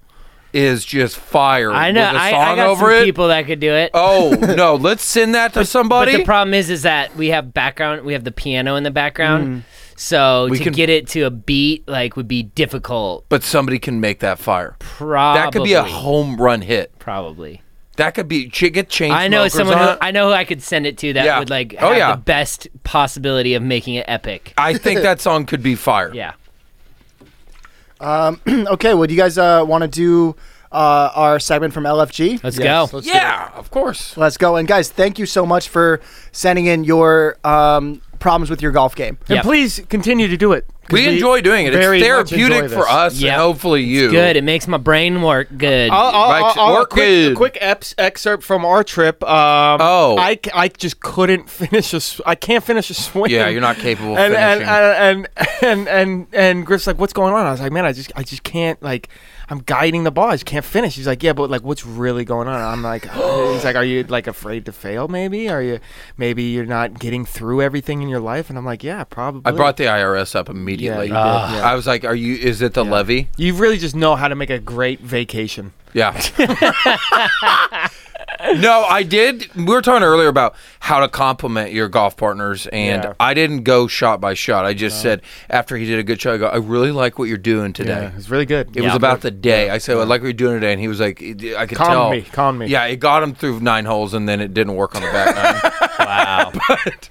Speaker 4: is just fire.
Speaker 3: funny. I know.
Speaker 4: With a
Speaker 3: I,
Speaker 4: song
Speaker 3: I got
Speaker 4: over
Speaker 3: some
Speaker 4: it.
Speaker 3: people that could do it.
Speaker 4: Oh no, let's send that to
Speaker 3: but
Speaker 4: somebody.
Speaker 3: the problem is, is that we have background. We have the piano in the background. So to
Speaker 4: Mm. can-
Speaker 3: get it to a beat like would be difficult.
Speaker 4: but somebody can make that fire.
Speaker 3: Probably
Speaker 4: That could be a home run hit.
Speaker 3: probably.
Speaker 4: That could be ch- get chain.
Speaker 3: I know
Speaker 4: Smokers
Speaker 3: someone
Speaker 4: on
Speaker 3: who
Speaker 4: it.
Speaker 3: I know who I could send it to that
Speaker 4: Yeah.
Speaker 3: would like have
Speaker 4: Oh, yeah.
Speaker 3: the best possibility of making it epic.
Speaker 4: I think that song could be fire.
Speaker 3: Yeah.
Speaker 2: okay, well, do you guys uh, want to do uh, our segment from LFG?
Speaker 3: Let's go.
Speaker 4: Yeah, of course.
Speaker 2: Let's go. And guys, thank you so much for sending in your um, problems with your golf game.
Speaker 3: Yeah.
Speaker 5: Please continue to do it. 'cause
Speaker 4: We, enjoy doing it.
Speaker 5: very
Speaker 4: It's
Speaker 5: much
Speaker 4: therapeutic
Speaker 5: enjoy
Speaker 4: for
Speaker 5: this.
Speaker 4: us
Speaker 3: Yeah.
Speaker 4: and hopefully you.
Speaker 3: Good. It makes my brain work good.
Speaker 4: Oh,
Speaker 5: I'll, I'll,
Speaker 4: Right,
Speaker 5: I'll- I'll-
Speaker 4: work
Speaker 5: a uh, quick,
Speaker 4: good.
Speaker 5: a quick eps- excerpt from our trip. Um,
Speaker 4: Oh.
Speaker 5: I, c- I just couldn't finish a. Sw- I can't finish a swing.
Speaker 4: Yeah, you're not capable of
Speaker 5: and, and,
Speaker 4: finishing.
Speaker 5: and and and and and Griff's like, "What's going on?" I was like, "Man, I just I just can't like." I'm guiding the ball. I just can't finish. He's like, "Yeah, but like, what's really going on?" I'm like, "He's like, are you like afraid to fail? Maybe are you? Maybe you're not getting through everything in your life." And I'm like, "Yeah, probably."
Speaker 4: I brought the IRS up immediately.
Speaker 5: you did, Ah. yeah.
Speaker 4: I was like, "Are you? Is it the levy?"
Speaker 5: You really just know how to make a great vacation.
Speaker 4: Yeah. No, I did. We were talking earlier about how to compliment your golf partners, and
Speaker 5: Yeah.
Speaker 4: I didn't go shot by shot. I just said after he did a good shot, I go, I really like what you're doing today.
Speaker 5: Yeah, it's really good.
Speaker 4: It was about the day. I said, I like what you're doing today. And he was like, I could
Speaker 5: Calm
Speaker 4: tell.
Speaker 5: me, calm me.
Speaker 4: Yeah, it got him through nine holes and then it didn't work on the back nine.
Speaker 3: Wow.
Speaker 4: but,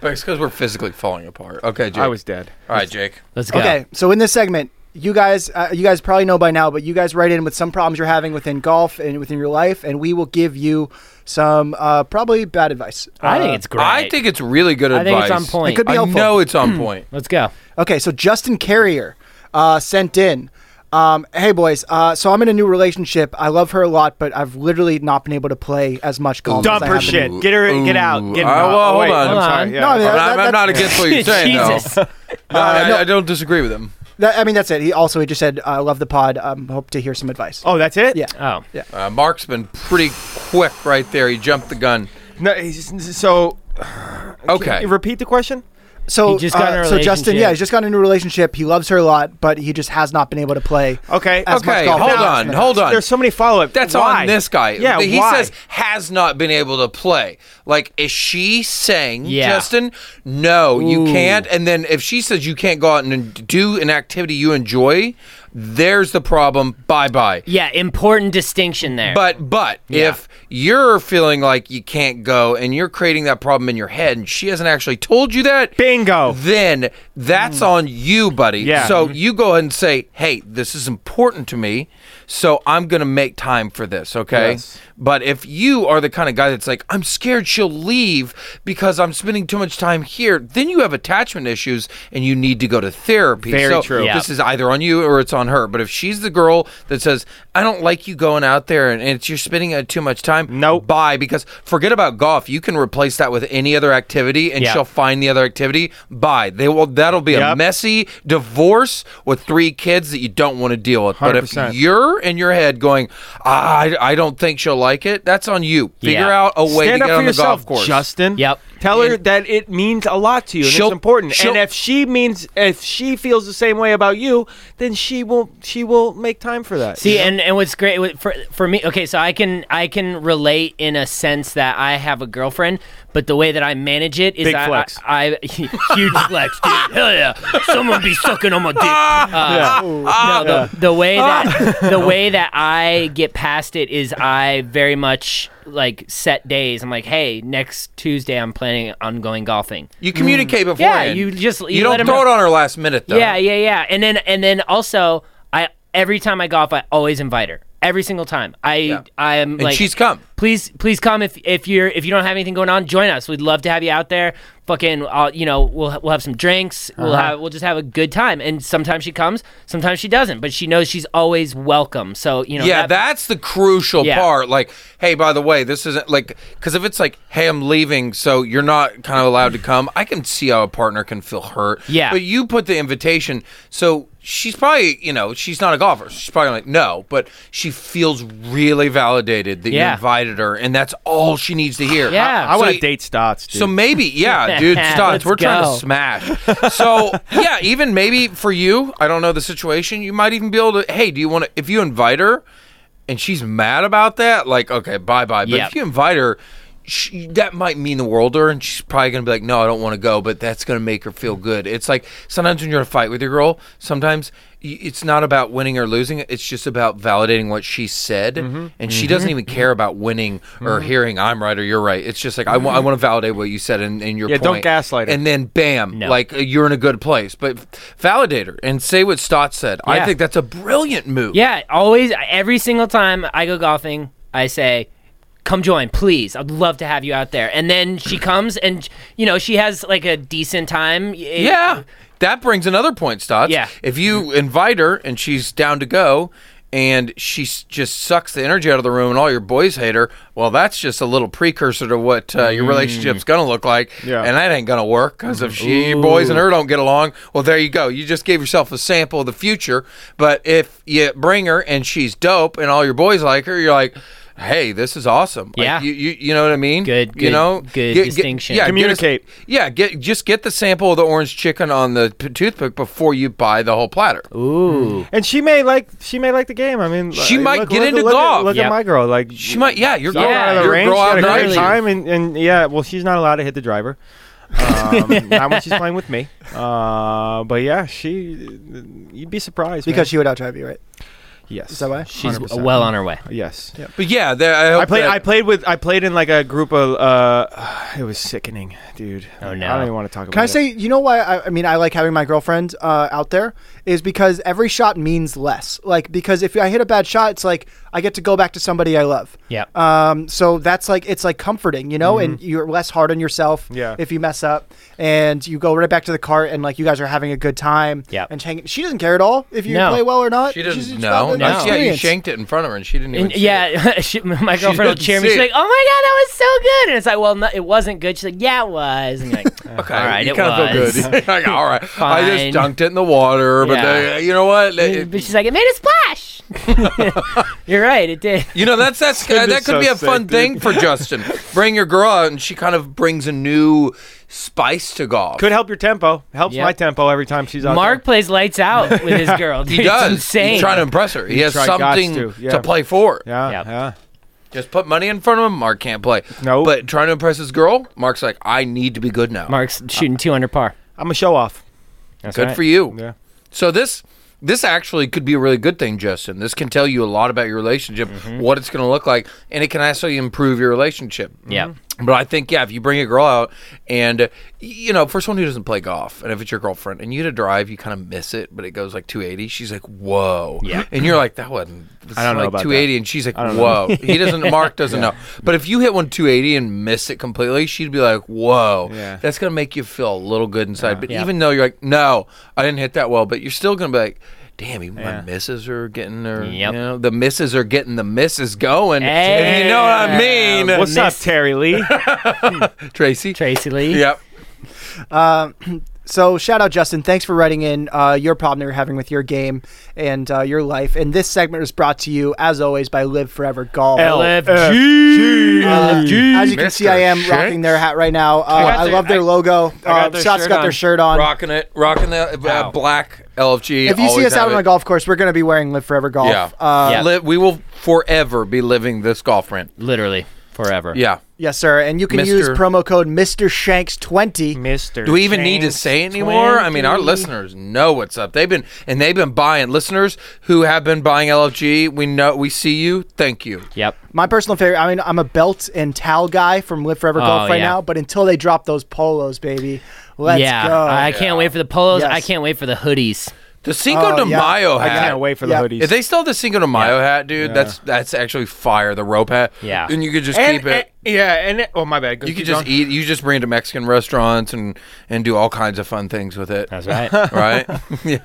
Speaker 4: but it's because we're physically falling apart. Okay, Jake.
Speaker 5: I was dead.
Speaker 4: All right, Jake.
Speaker 3: Let's go.
Speaker 2: Okay, so in this segment, you guys, uh, you guys probably know by now, but you guys write in with some problems you're having within golf and within your life, and we will give you some uh, probably bad advice.
Speaker 3: I think
Speaker 2: Uh,
Speaker 3: it's great.
Speaker 4: I think it's really good
Speaker 3: I
Speaker 4: advice.
Speaker 3: think it's on point.
Speaker 2: It could be
Speaker 4: I
Speaker 2: helpful.
Speaker 4: know it's
Speaker 5: Hmm.
Speaker 4: on point.
Speaker 3: Let's go.
Speaker 2: Okay, so Justin Carrier uh, sent in. Um, hey boys, uh, so I'm in a new relationship. I love her a lot, but I've literally not been able to play as much golf.
Speaker 5: Dump
Speaker 2: as I
Speaker 5: her
Speaker 2: have been-
Speaker 5: Oh, shit. Get her. Get out.
Speaker 4: Ooh.
Speaker 5: Get
Speaker 4: Uh,
Speaker 5: her.
Speaker 4: well, hold
Speaker 5: wait,
Speaker 4: on.
Speaker 5: I'm
Speaker 3: Hold
Speaker 5: sorry.
Speaker 3: on.
Speaker 5: Yeah.
Speaker 2: No, I mean,
Speaker 4: I'm,
Speaker 2: that-
Speaker 4: not- I'm
Speaker 2: that-
Speaker 4: not against what you're saying,
Speaker 3: Jesus.
Speaker 4: though. No,
Speaker 5: Uh,
Speaker 4: I,
Speaker 2: no.
Speaker 4: I don't disagree with him.
Speaker 2: that- I mean, that's it. He also he just said, "I love the pod. Um, hope to hear some advice."
Speaker 5: oh, that's it.
Speaker 2: Yeah.
Speaker 3: Oh.
Speaker 4: Uh, Mark's been pretty quick right there. He jumped the gun.
Speaker 5: No. he's- So eh,
Speaker 4: Okay.
Speaker 5: repeat the question.
Speaker 2: So,
Speaker 3: He just got
Speaker 2: uh,
Speaker 3: in a
Speaker 2: so Justin,
Speaker 3: relationship.
Speaker 2: yeah, he's just got in a relationship. He loves her a lot, but he just has not been able to play.
Speaker 5: Okay.
Speaker 2: as much
Speaker 4: Okay,
Speaker 2: golf
Speaker 4: hold
Speaker 2: as he's
Speaker 4: on,
Speaker 2: been
Speaker 4: hold on.
Speaker 5: There's so many follow up.
Speaker 4: That's on this guy.
Speaker 5: Yeah.
Speaker 4: he
Speaker 5: why?
Speaker 4: says has not been able to play. Like, is she saying,
Speaker 3: Yeah.
Speaker 4: Justin, no, you can't? And then if she says you can't go out and do an activity you enjoy, there's the problem. Bye bye.
Speaker 3: Yeah, important distinction there.
Speaker 4: But but if you're feeling like you can't go and you're creating that problem in your head and she hasn't actually told you that,
Speaker 5: Bingo.
Speaker 4: Then that's on you, buddy.
Speaker 5: Yeah.
Speaker 4: So you go ahead and say, "Hey, this is important to me, so I'm going to make time for this." Okay?
Speaker 5: Yes.
Speaker 4: But if you are the kind of guy that's like, "I'm scared she'll leave because I'm spending too much time here," then you have attachment issues and you need to go to therapy.
Speaker 5: Very
Speaker 4: So
Speaker 5: true.
Speaker 3: Yeah.
Speaker 4: This is is either on you or it's on her. But if she's the girl that says, "I don't like you going out there and it's you're spending uh, too much time,"
Speaker 5: Nope.
Speaker 4: bye. Because forget about golf. You can replace that with any other activity, and
Speaker 3: Yeah.
Speaker 4: she'll find the other activity. Bye. They will. That'll be a
Speaker 5: Yep.
Speaker 4: messy divorce with three kids that you don't want to deal with. But
Speaker 5: 100%.
Speaker 4: if you're in your head going, "I I don't think she'll like it," that's on you. Figure
Speaker 3: Yeah.
Speaker 4: out a way
Speaker 5: Stand
Speaker 4: to get
Speaker 5: up for
Speaker 4: on the golf
Speaker 5: yourself,
Speaker 4: course.
Speaker 5: Justin.
Speaker 3: Yep.
Speaker 5: Tell her that it means a lot to you and it's
Speaker 4: She'll-
Speaker 5: important.
Speaker 4: she'll-
Speaker 5: And if she means if she feels the same way about you, then she will she will make time for that.
Speaker 3: See, and, and what's great with- for for me? Okay, so I can I can relate in a sense that I have a girlfriend, but the way that I manage it is
Speaker 5: Big
Speaker 3: I,
Speaker 5: flex.
Speaker 3: I, I- huge flex, dude. Hell yeah, someone be sucking on my dick. Uh,
Speaker 4: Ah,
Speaker 3: No, the, the way that the way that I get past it is I very much like set days. I'm like, hey, next Tuesday I'm planning on going golfing.
Speaker 4: You communicate beforehand.
Speaker 3: Mm. you just-
Speaker 4: you,
Speaker 3: you let
Speaker 4: don't
Speaker 3: 'em
Speaker 4: throw
Speaker 3: know.
Speaker 4: it on her last minute though.
Speaker 3: Yeah, yeah, yeah. And then and then also I every time I golf I always invite her. Every single time. I I am
Speaker 4: And
Speaker 3: like
Speaker 4: she's come.
Speaker 3: Please please come if if you're if you don't have anything going on, join us. We'd love to have you out there. Fucking I'll, you know, we'll we'll have some drinks. We'll
Speaker 4: Uh-huh.
Speaker 3: have we'll just have a good time. And sometimes she comes, sometimes she doesn't, but she knows she's always welcome. So, you know,
Speaker 4: yeah,
Speaker 3: that-
Speaker 4: that's the crucial
Speaker 3: Yeah.
Speaker 4: part. Like, hey, by the way, this isn't like because if it's like, hey, I'm leaving, so you're not kind of allowed to come. I can see how a partner can feel hurt.
Speaker 3: Yeah.
Speaker 4: but you put the invitation, so she's probably you know she's not a golfer. She's probably like no, but she feels really validated that you
Speaker 3: Yeah.
Speaker 4: invited her, and that's all she needs to hear.
Speaker 3: Yeah.
Speaker 5: I
Speaker 4: So
Speaker 5: want to
Speaker 4: you-
Speaker 5: date Stotts, dude.
Speaker 4: so maybe, yeah, dude, Stotts,
Speaker 3: Let's
Speaker 4: we're trying
Speaker 3: go.
Speaker 4: to smash. So yeah, even maybe for you, I don't know the situation. You might even be able to. Hey, do you want to? If you invite her, and she's mad about that, like okay, bye bye. But
Speaker 3: Yeah.
Speaker 4: if you invite her. She, that might mean the world to her, and she's probably gonna be like, "No, I don't want to go," but that's gonna make her feel good. It's like sometimes when you're in a fight with your girl, sometimes y- it's not about winning or losing; it's just about validating what she said,
Speaker 5: Mm-hmm.
Speaker 4: and she doesn't even care about winning or hearing I'm right or you're right. It's just like I want to validate what you said and, and your
Speaker 5: Mm-hmm. Yeah, don't
Speaker 4: point.
Speaker 5: gaslight her.
Speaker 4: And then bam,
Speaker 3: No.
Speaker 4: like uh, you're in a good place. But validate her and say what Stott said. I
Speaker 3: Yeah.
Speaker 4: think that's a brilliant move.
Speaker 3: Yeah, always every single time I go golfing, I say, "Come join, please. I'd love to have you out there." And then she comes and you know, she has like a decent time. It-
Speaker 4: Yeah. That brings another point, Stotts.
Speaker 3: Yeah.
Speaker 4: If you invite her and she's down to go and she s- just sucks the energy out of the room and all your boys hate her, well, that's just a little precursor to what uh, your relationship's going to look like.
Speaker 5: Yeah.
Speaker 4: And that ain't going to work because if she, your boys and her don't get along, well, there you go. You just gave yourself a sample of the future. But if you bring her and she's dope and all your boys like her, you're like, hey, this is awesome. Like,
Speaker 3: Yeah.
Speaker 4: you, you you know what I mean?
Speaker 3: Good-
Speaker 4: you
Speaker 3: good-
Speaker 4: know,
Speaker 3: good
Speaker 4: get-
Speaker 3: distinction.
Speaker 4: yeah, get a-
Speaker 5: Communicate.
Speaker 4: yeah, get just get the sample of the orange chicken on the p- toothpick before you buy the whole platter.
Speaker 3: Ooh.
Speaker 5: And she may like she may like the game. I mean,
Speaker 4: She
Speaker 5: like,
Speaker 4: might
Speaker 5: look-
Speaker 4: get
Speaker 5: look-
Speaker 4: into
Speaker 5: look at-
Speaker 4: golf.
Speaker 5: Look
Speaker 3: Yeah.
Speaker 5: at my girl. Like
Speaker 4: She might, yeah, you're
Speaker 5: Going
Speaker 4: growing
Speaker 5: out
Speaker 4: out
Speaker 5: of the range, she had a great
Speaker 3: early.
Speaker 5: time, and, and yeah, well, she's not allowed to hit the driver. Um, not when she's playing with me. Uh, but yeah, she, you'd be surprised man.
Speaker 2: because she would outdrive you, right?
Speaker 5: yes,
Speaker 2: Is that why?
Speaker 3: She's
Speaker 5: 100%.
Speaker 3: well on her way.
Speaker 5: yes.
Speaker 4: But yeah, there, I, hope
Speaker 5: I played.
Speaker 4: that-
Speaker 5: I played with. I played in like a group of. Uh, it was sickening, dude.
Speaker 3: Oh,
Speaker 5: I
Speaker 3: no.
Speaker 5: don't even want to talk about.
Speaker 2: Can I
Speaker 5: it.
Speaker 2: say, you know why I, I mean, I like having my girlfriend uh, out there is because every shot means less. Like, because if I hit a bad shot, it's like I get to go back to somebody I love.
Speaker 3: Yep.
Speaker 2: Um, so that's like, it's like comforting, you know, and
Speaker 3: Mm-hmm.
Speaker 2: you're less hard on yourself
Speaker 5: Yeah.
Speaker 2: if you mess up and you go right back to the cart and like you guys are having a good time.
Speaker 3: Yep.
Speaker 2: and hanging. She doesn't care at all if you
Speaker 3: No.
Speaker 2: play well or not.
Speaker 4: she
Speaker 2: She's
Speaker 4: doesn't
Speaker 2: just
Speaker 4: know.
Speaker 2: about the
Speaker 4: No. Yeah, you
Speaker 2: experience.
Speaker 4: shanked it in front of her, and she didn't even.
Speaker 3: And-
Speaker 4: see it.
Speaker 3: yeah, she, my girlfriend will
Speaker 4: didn't
Speaker 3: cheer me.
Speaker 4: see
Speaker 3: She's
Speaker 4: it.
Speaker 3: like, "Oh my god, that was so good!" And it's like, "Well, no, it wasn't good." She's like, "Yeah, it was." And you're like,
Speaker 4: Okay,
Speaker 3: "All right,
Speaker 4: you
Speaker 3: it
Speaker 4: kinda
Speaker 3: was."
Speaker 4: feel good. Like, all right, I
Speaker 3: Fine.
Speaker 4: just dunked it in the water, but
Speaker 3: Yeah.
Speaker 4: they- you know what?
Speaker 3: But she's like, "It made a splash." you're right, it did.
Speaker 4: You know that's that's uh, that
Speaker 5: just
Speaker 4: could be
Speaker 5: so
Speaker 4: a fun
Speaker 5: sick, dude.
Speaker 4: thing for Justin. Bring your girl out, and she kind of brings a new spice to golf.
Speaker 5: could help your tempo. Helps
Speaker 3: Yeah.
Speaker 5: my tempo every time she's out.
Speaker 3: Mark plays lights out with his girl. Dude,
Speaker 4: he does.
Speaker 3: It's insane.
Speaker 4: He's trying to impress her. He, has
Speaker 5: try- gots
Speaker 4: something to,
Speaker 5: to, yeah.
Speaker 4: play for.
Speaker 5: There. Yeah,
Speaker 3: Yeah.
Speaker 5: yeah.
Speaker 4: Just put money in front of him. Mark can't play.
Speaker 5: Nope.
Speaker 4: But trying to impress his girl, Mark's like, I need to be good now.
Speaker 3: Mark's shooting two under par.
Speaker 5: I'm a show off.
Speaker 3: That's
Speaker 4: good
Speaker 3: right.
Speaker 4: for you.
Speaker 5: Yeah.
Speaker 4: So this this actually could be a really good thing, Justin. This can tell you a lot about your relationship,
Speaker 3: Mm-hmm.
Speaker 4: what it's going to look like, and it can actually improve your relationship.
Speaker 3: Yeah.
Speaker 4: But I think yeah, if you bring a girl out and uh, you know, for someone who doesn't play golf, and if it's your girlfriend and you had a drive, you kind of miss it, but it goes like 280. She's like, "Whoa,"
Speaker 3: Yeah.
Speaker 4: and you're like, "That wasn't."
Speaker 5: I don't know
Speaker 4: like
Speaker 5: about
Speaker 4: 280, and she's like, "Whoa." he doesn't. Mark doesn't know. But if you hit one 280 and miss it completely, she'd be like, "Whoa."
Speaker 5: Yeah.
Speaker 4: That's gonna make you feel a little good inside. But
Speaker 3: Yeah.
Speaker 4: even though you're like, "No, I didn't hit that well," but you're still gonna be like. Damn, even my misses are getting their,
Speaker 3: Yep.
Speaker 4: you know, the misses are getting the misses going.
Speaker 3: Hey. Uh,
Speaker 4: If you know what I mean,
Speaker 5: What's up,
Speaker 3: miss-
Speaker 5: Terry Lee?
Speaker 4: Tracy?
Speaker 3: Tracy Lee.
Speaker 4: Yep.
Speaker 2: So shout out Justin. Thanks for writing in uh, your problem you're having with your game and uh, your life. And this segment is brought to you, as always, by Live Forever Golf.
Speaker 5: LFG.
Speaker 2: Uh, as you can see, I am
Speaker 4: Mr.
Speaker 2: rocking their hat right now. Uh, I,
Speaker 5: got their-
Speaker 2: love their
Speaker 5: I-
Speaker 2: logo. Uh,
Speaker 5: got their
Speaker 2: Scott's
Speaker 5: shirt
Speaker 2: got
Speaker 5: on.
Speaker 2: their shirt on.
Speaker 4: Rocking it, rocking the uh, black LFG.
Speaker 2: if you see
Speaker 4: always
Speaker 2: us out
Speaker 4: have
Speaker 2: on
Speaker 4: it.
Speaker 2: a golf course, we're going to be wearing Live Forever Golf.
Speaker 4: yeah,
Speaker 2: Uh,
Speaker 3: Yeah.
Speaker 4: Li- we will forever be living this golf rant.
Speaker 3: Literally forever.
Speaker 4: Yeah.
Speaker 2: Yes, sir. And you can
Speaker 4: Mr.
Speaker 2: use promo code Mr. Shanks twenty.
Speaker 5: Mister.
Speaker 4: Do we even need to say it anymore? I mean, our listeners know what's up. They've been and they've been buying. Listeners who have been buying LFG, we know we see you. Thank you.
Speaker 3: Yep.
Speaker 2: My personal favorite. I mean, I'm a belt and towel guy from Live Forever Golf
Speaker 3: Oh,
Speaker 2: right
Speaker 3: yeah.
Speaker 2: now. But until they drop those polos, baby, let's
Speaker 3: yeah.
Speaker 2: go.
Speaker 3: I can't wait for the polos.
Speaker 2: Yes.
Speaker 3: I can't wait for the hoodies.
Speaker 4: The Cinco de
Speaker 2: Uh, yeah.
Speaker 4: Mayo
Speaker 5: I
Speaker 4: Oh, hat.
Speaker 5: can't wait for the
Speaker 2: Yeah.
Speaker 5: hoodies.
Speaker 4: If they still have the Cinco de Mayo hat, dude, that's that's actually fire. The rope hat.
Speaker 3: Yeah.
Speaker 4: And you could just
Speaker 5: and,
Speaker 4: keep it.
Speaker 5: and- yeah, and it, oh my bad. Go
Speaker 4: you could
Speaker 5: keep
Speaker 4: just
Speaker 5: going.
Speaker 4: eat. You just bring it to Mexican restaurants and and do all kinds of fun things with it.
Speaker 3: That's right.
Speaker 4: right? yeah.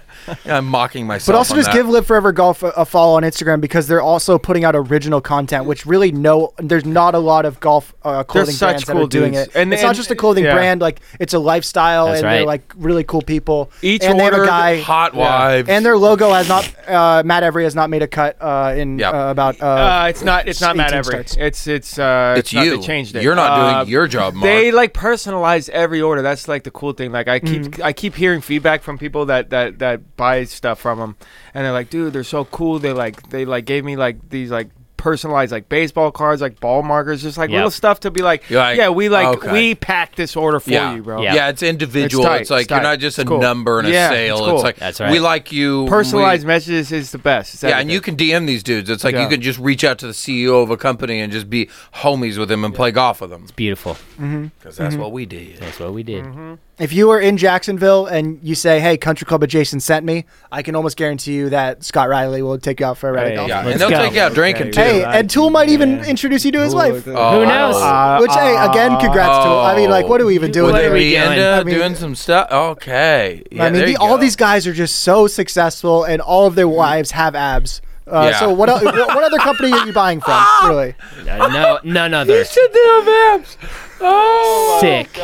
Speaker 4: I'm mocking myself.
Speaker 2: But also
Speaker 4: on
Speaker 2: just
Speaker 4: that.
Speaker 2: give Live Forever Golf a, a follow on Instagram because they're also putting out original content, which really no, there's not a lot of golf uh, clothing
Speaker 5: such
Speaker 2: brands that
Speaker 5: cool
Speaker 2: are doing
Speaker 5: dudes.
Speaker 2: it.
Speaker 5: And-
Speaker 2: it's not
Speaker 5: and-
Speaker 2: just a clothing
Speaker 5: yeah.
Speaker 2: brand; like it's a lifestyle,
Speaker 3: That's
Speaker 2: and they're
Speaker 3: right.
Speaker 2: like really cool people.
Speaker 5: Each
Speaker 2: and they have a
Speaker 5: order-
Speaker 2: guy,
Speaker 4: hot wives.
Speaker 2: and their logo has not. Uh, Matt Every has not made a cut uh, in
Speaker 4: Yep.
Speaker 2: uh, about. Uh,
Speaker 5: Uh, it's not. It's not Matt
Speaker 2: 18
Speaker 5: Every.
Speaker 2: starts.
Speaker 5: It's it's uh.
Speaker 4: It's
Speaker 5: not-
Speaker 4: you.
Speaker 5: They changed it.
Speaker 4: You're not doing
Speaker 5: Uh,
Speaker 4: your job, Mark.
Speaker 5: They like personalize every order. That's like the cool thing. Like I keep I keep hearing feedback from people that that that buy stuff from them, and they're like, dude, they're so cool. They like they like gave me like these like personalized like baseball cards, like ball markers, just like
Speaker 3: Yep.
Speaker 5: little stuff to be like,
Speaker 4: You're like,
Speaker 5: yeah, we like
Speaker 4: okay.
Speaker 5: we packed this order for
Speaker 4: yeah.
Speaker 5: you, bro.
Speaker 4: Yeah. it's individual. It's,
Speaker 5: It's tight,
Speaker 4: like
Speaker 5: it's
Speaker 4: you're
Speaker 5: tight.
Speaker 4: not just a
Speaker 5: It's cool.
Speaker 4: number and
Speaker 5: Yeah,
Speaker 4: a sale.
Speaker 5: it's
Speaker 4: It's,
Speaker 5: cool.
Speaker 4: like
Speaker 3: That's right.
Speaker 4: we like you.
Speaker 5: Personalized
Speaker 4: we-
Speaker 5: messages is the best. It's
Speaker 4: yeah, and
Speaker 5: everything.
Speaker 4: you can DM these dudes. It's like
Speaker 5: Yeah.
Speaker 4: you could just reach out to the CEO of a company and just be homies with them and play golf with them.
Speaker 3: Beautiful.
Speaker 4: Because that's what we did.
Speaker 3: That's what we did.
Speaker 2: if you are in Jacksonville and you say, "Hey, Country Club adjacent sent me," I can almost guarantee you that Scott Riley will take you out for a ride.
Speaker 5: Hey,
Speaker 2: at golf.
Speaker 4: Yeah,
Speaker 3: Let's
Speaker 4: and they'll
Speaker 3: go.
Speaker 4: take you out drinking too.
Speaker 2: Hey, and Tool might even introduce you to his wife.
Speaker 4: Oh,
Speaker 3: Who knows? Uh,
Speaker 4: oh.
Speaker 2: Which, hey, again, congrats to I mean, like, what do we even do
Speaker 4: Would
Speaker 2: with
Speaker 4: they
Speaker 2: it?
Speaker 3: are we
Speaker 4: be into
Speaker 3: doing?
Speaker 2: I mean-
Speaker 4: doing some stuff? Okay. Yeah,
Speaker 2: I mean,
Speaker 4: there
Speaker 2: the,
Speaker 4: you
Speaker 2: all
Speaker 4: go. Mm-hmm.
Speaker 2: these guys are just so successful, and all of their wives have abs. Uh,
Speaker 4: Yeah.
Speaker 2: So, what, el- what what other company are you buying from? Really?
Speaker 3: Uh, no, none other.
Speaker 4: Sit down, Babs. Oh,
Speaker 3: Sick.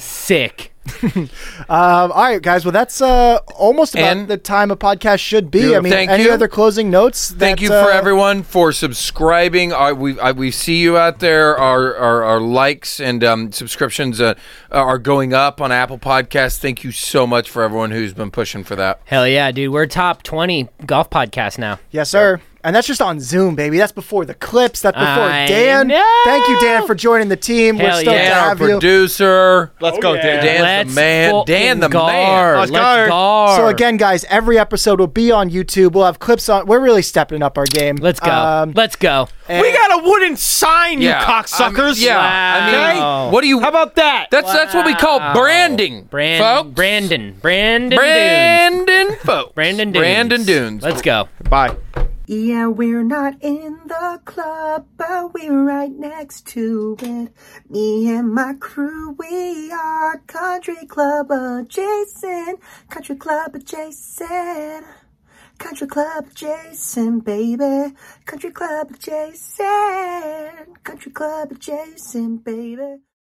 Speaker 3: Sick.
Speaker 2: Um, all right, guys. Well, that's uh, almost about
Speaker 4: And-
Speaker 2: the time a podcast should be. I
Speaker 4: Beautiful.
Speaker 2: mean,
Speaker 4: Thank
Speaker 2: any
Speaker 4: you.
Speaker 2: other closing notes?
Speaker 4: Thank
Speaker 2: that,
Speaker 4: you for
Speaker 2: uh,
Speaker 4: everyone for subscribing. I, we I, we see you out there. Our our, our likes and um, subscriptions uh, are going up on Apple Podcasts. Thank you so much for everyone who's been pushing for that.
Speaker 3: Hell yeah, dude. We're top 20 golf podcast now.
Speaker 2: Yes, sir. And that's just on Zoom, baby. That's before the clips. That's before
Speaker 3: I
Speaker 2: Dan.
Speaker 3: know.
Speaker 2: Thank you, Dan, for joining the team. We're
Speaker 3: Hell
Speaker 2: stoked
Speaker 3: yeah.
Speaker 2: to
Speaker 4: Dan, our
Speaker 2: have you.
Speaker 4: producer.
Speaker 5: Let's go, Dan.
Speaker 4: Dan's
Speaker 3: Let's
Speaker 4: the man. Dan, the
Speaker 3: fucking
Speaker 4: man.
Speaker 3: gar.
Speaker 5: Let's
Speaker 3: Let's
Speaker 5: gar.
Speaker 3: gar.
Speaker 2: So again, guys, every episode will be on YouTube. We'll have clips on. We're really stepping up our game.
Speaker 3: Let's go.
Speaker 2: Um,
Speaker 3: Let's go.
Speaker 5: We got a wooden sign, you
Speaker 4: I mean,
Speaker 5: cocksuckers.
Speaker 4: yeah. I
Speaker 3: Wow.
Speaker 4: mean, uh, what do you?
Speaker 5: How about that?
Speaker 4: that's that's what we call branding,
Speaker 3: Brand,
Speaker 4: folks.
Speaker 3: Brandon. Brandon. Dunes.
Speaker 4: Brandon, folks.
Speaker 3: Brandon Dunes.
Speaker 4: Brandon Dunes.
Speaker 3: Let's go.
Speaker 5: Bye.
Speaker 1: Yeah, we're not in the club, but we're right next to it. Me and my crew, we are country club adjacent. Country club adjacent. Country club adjacent, baby. Country club adjacent. Country club adjacent, baby.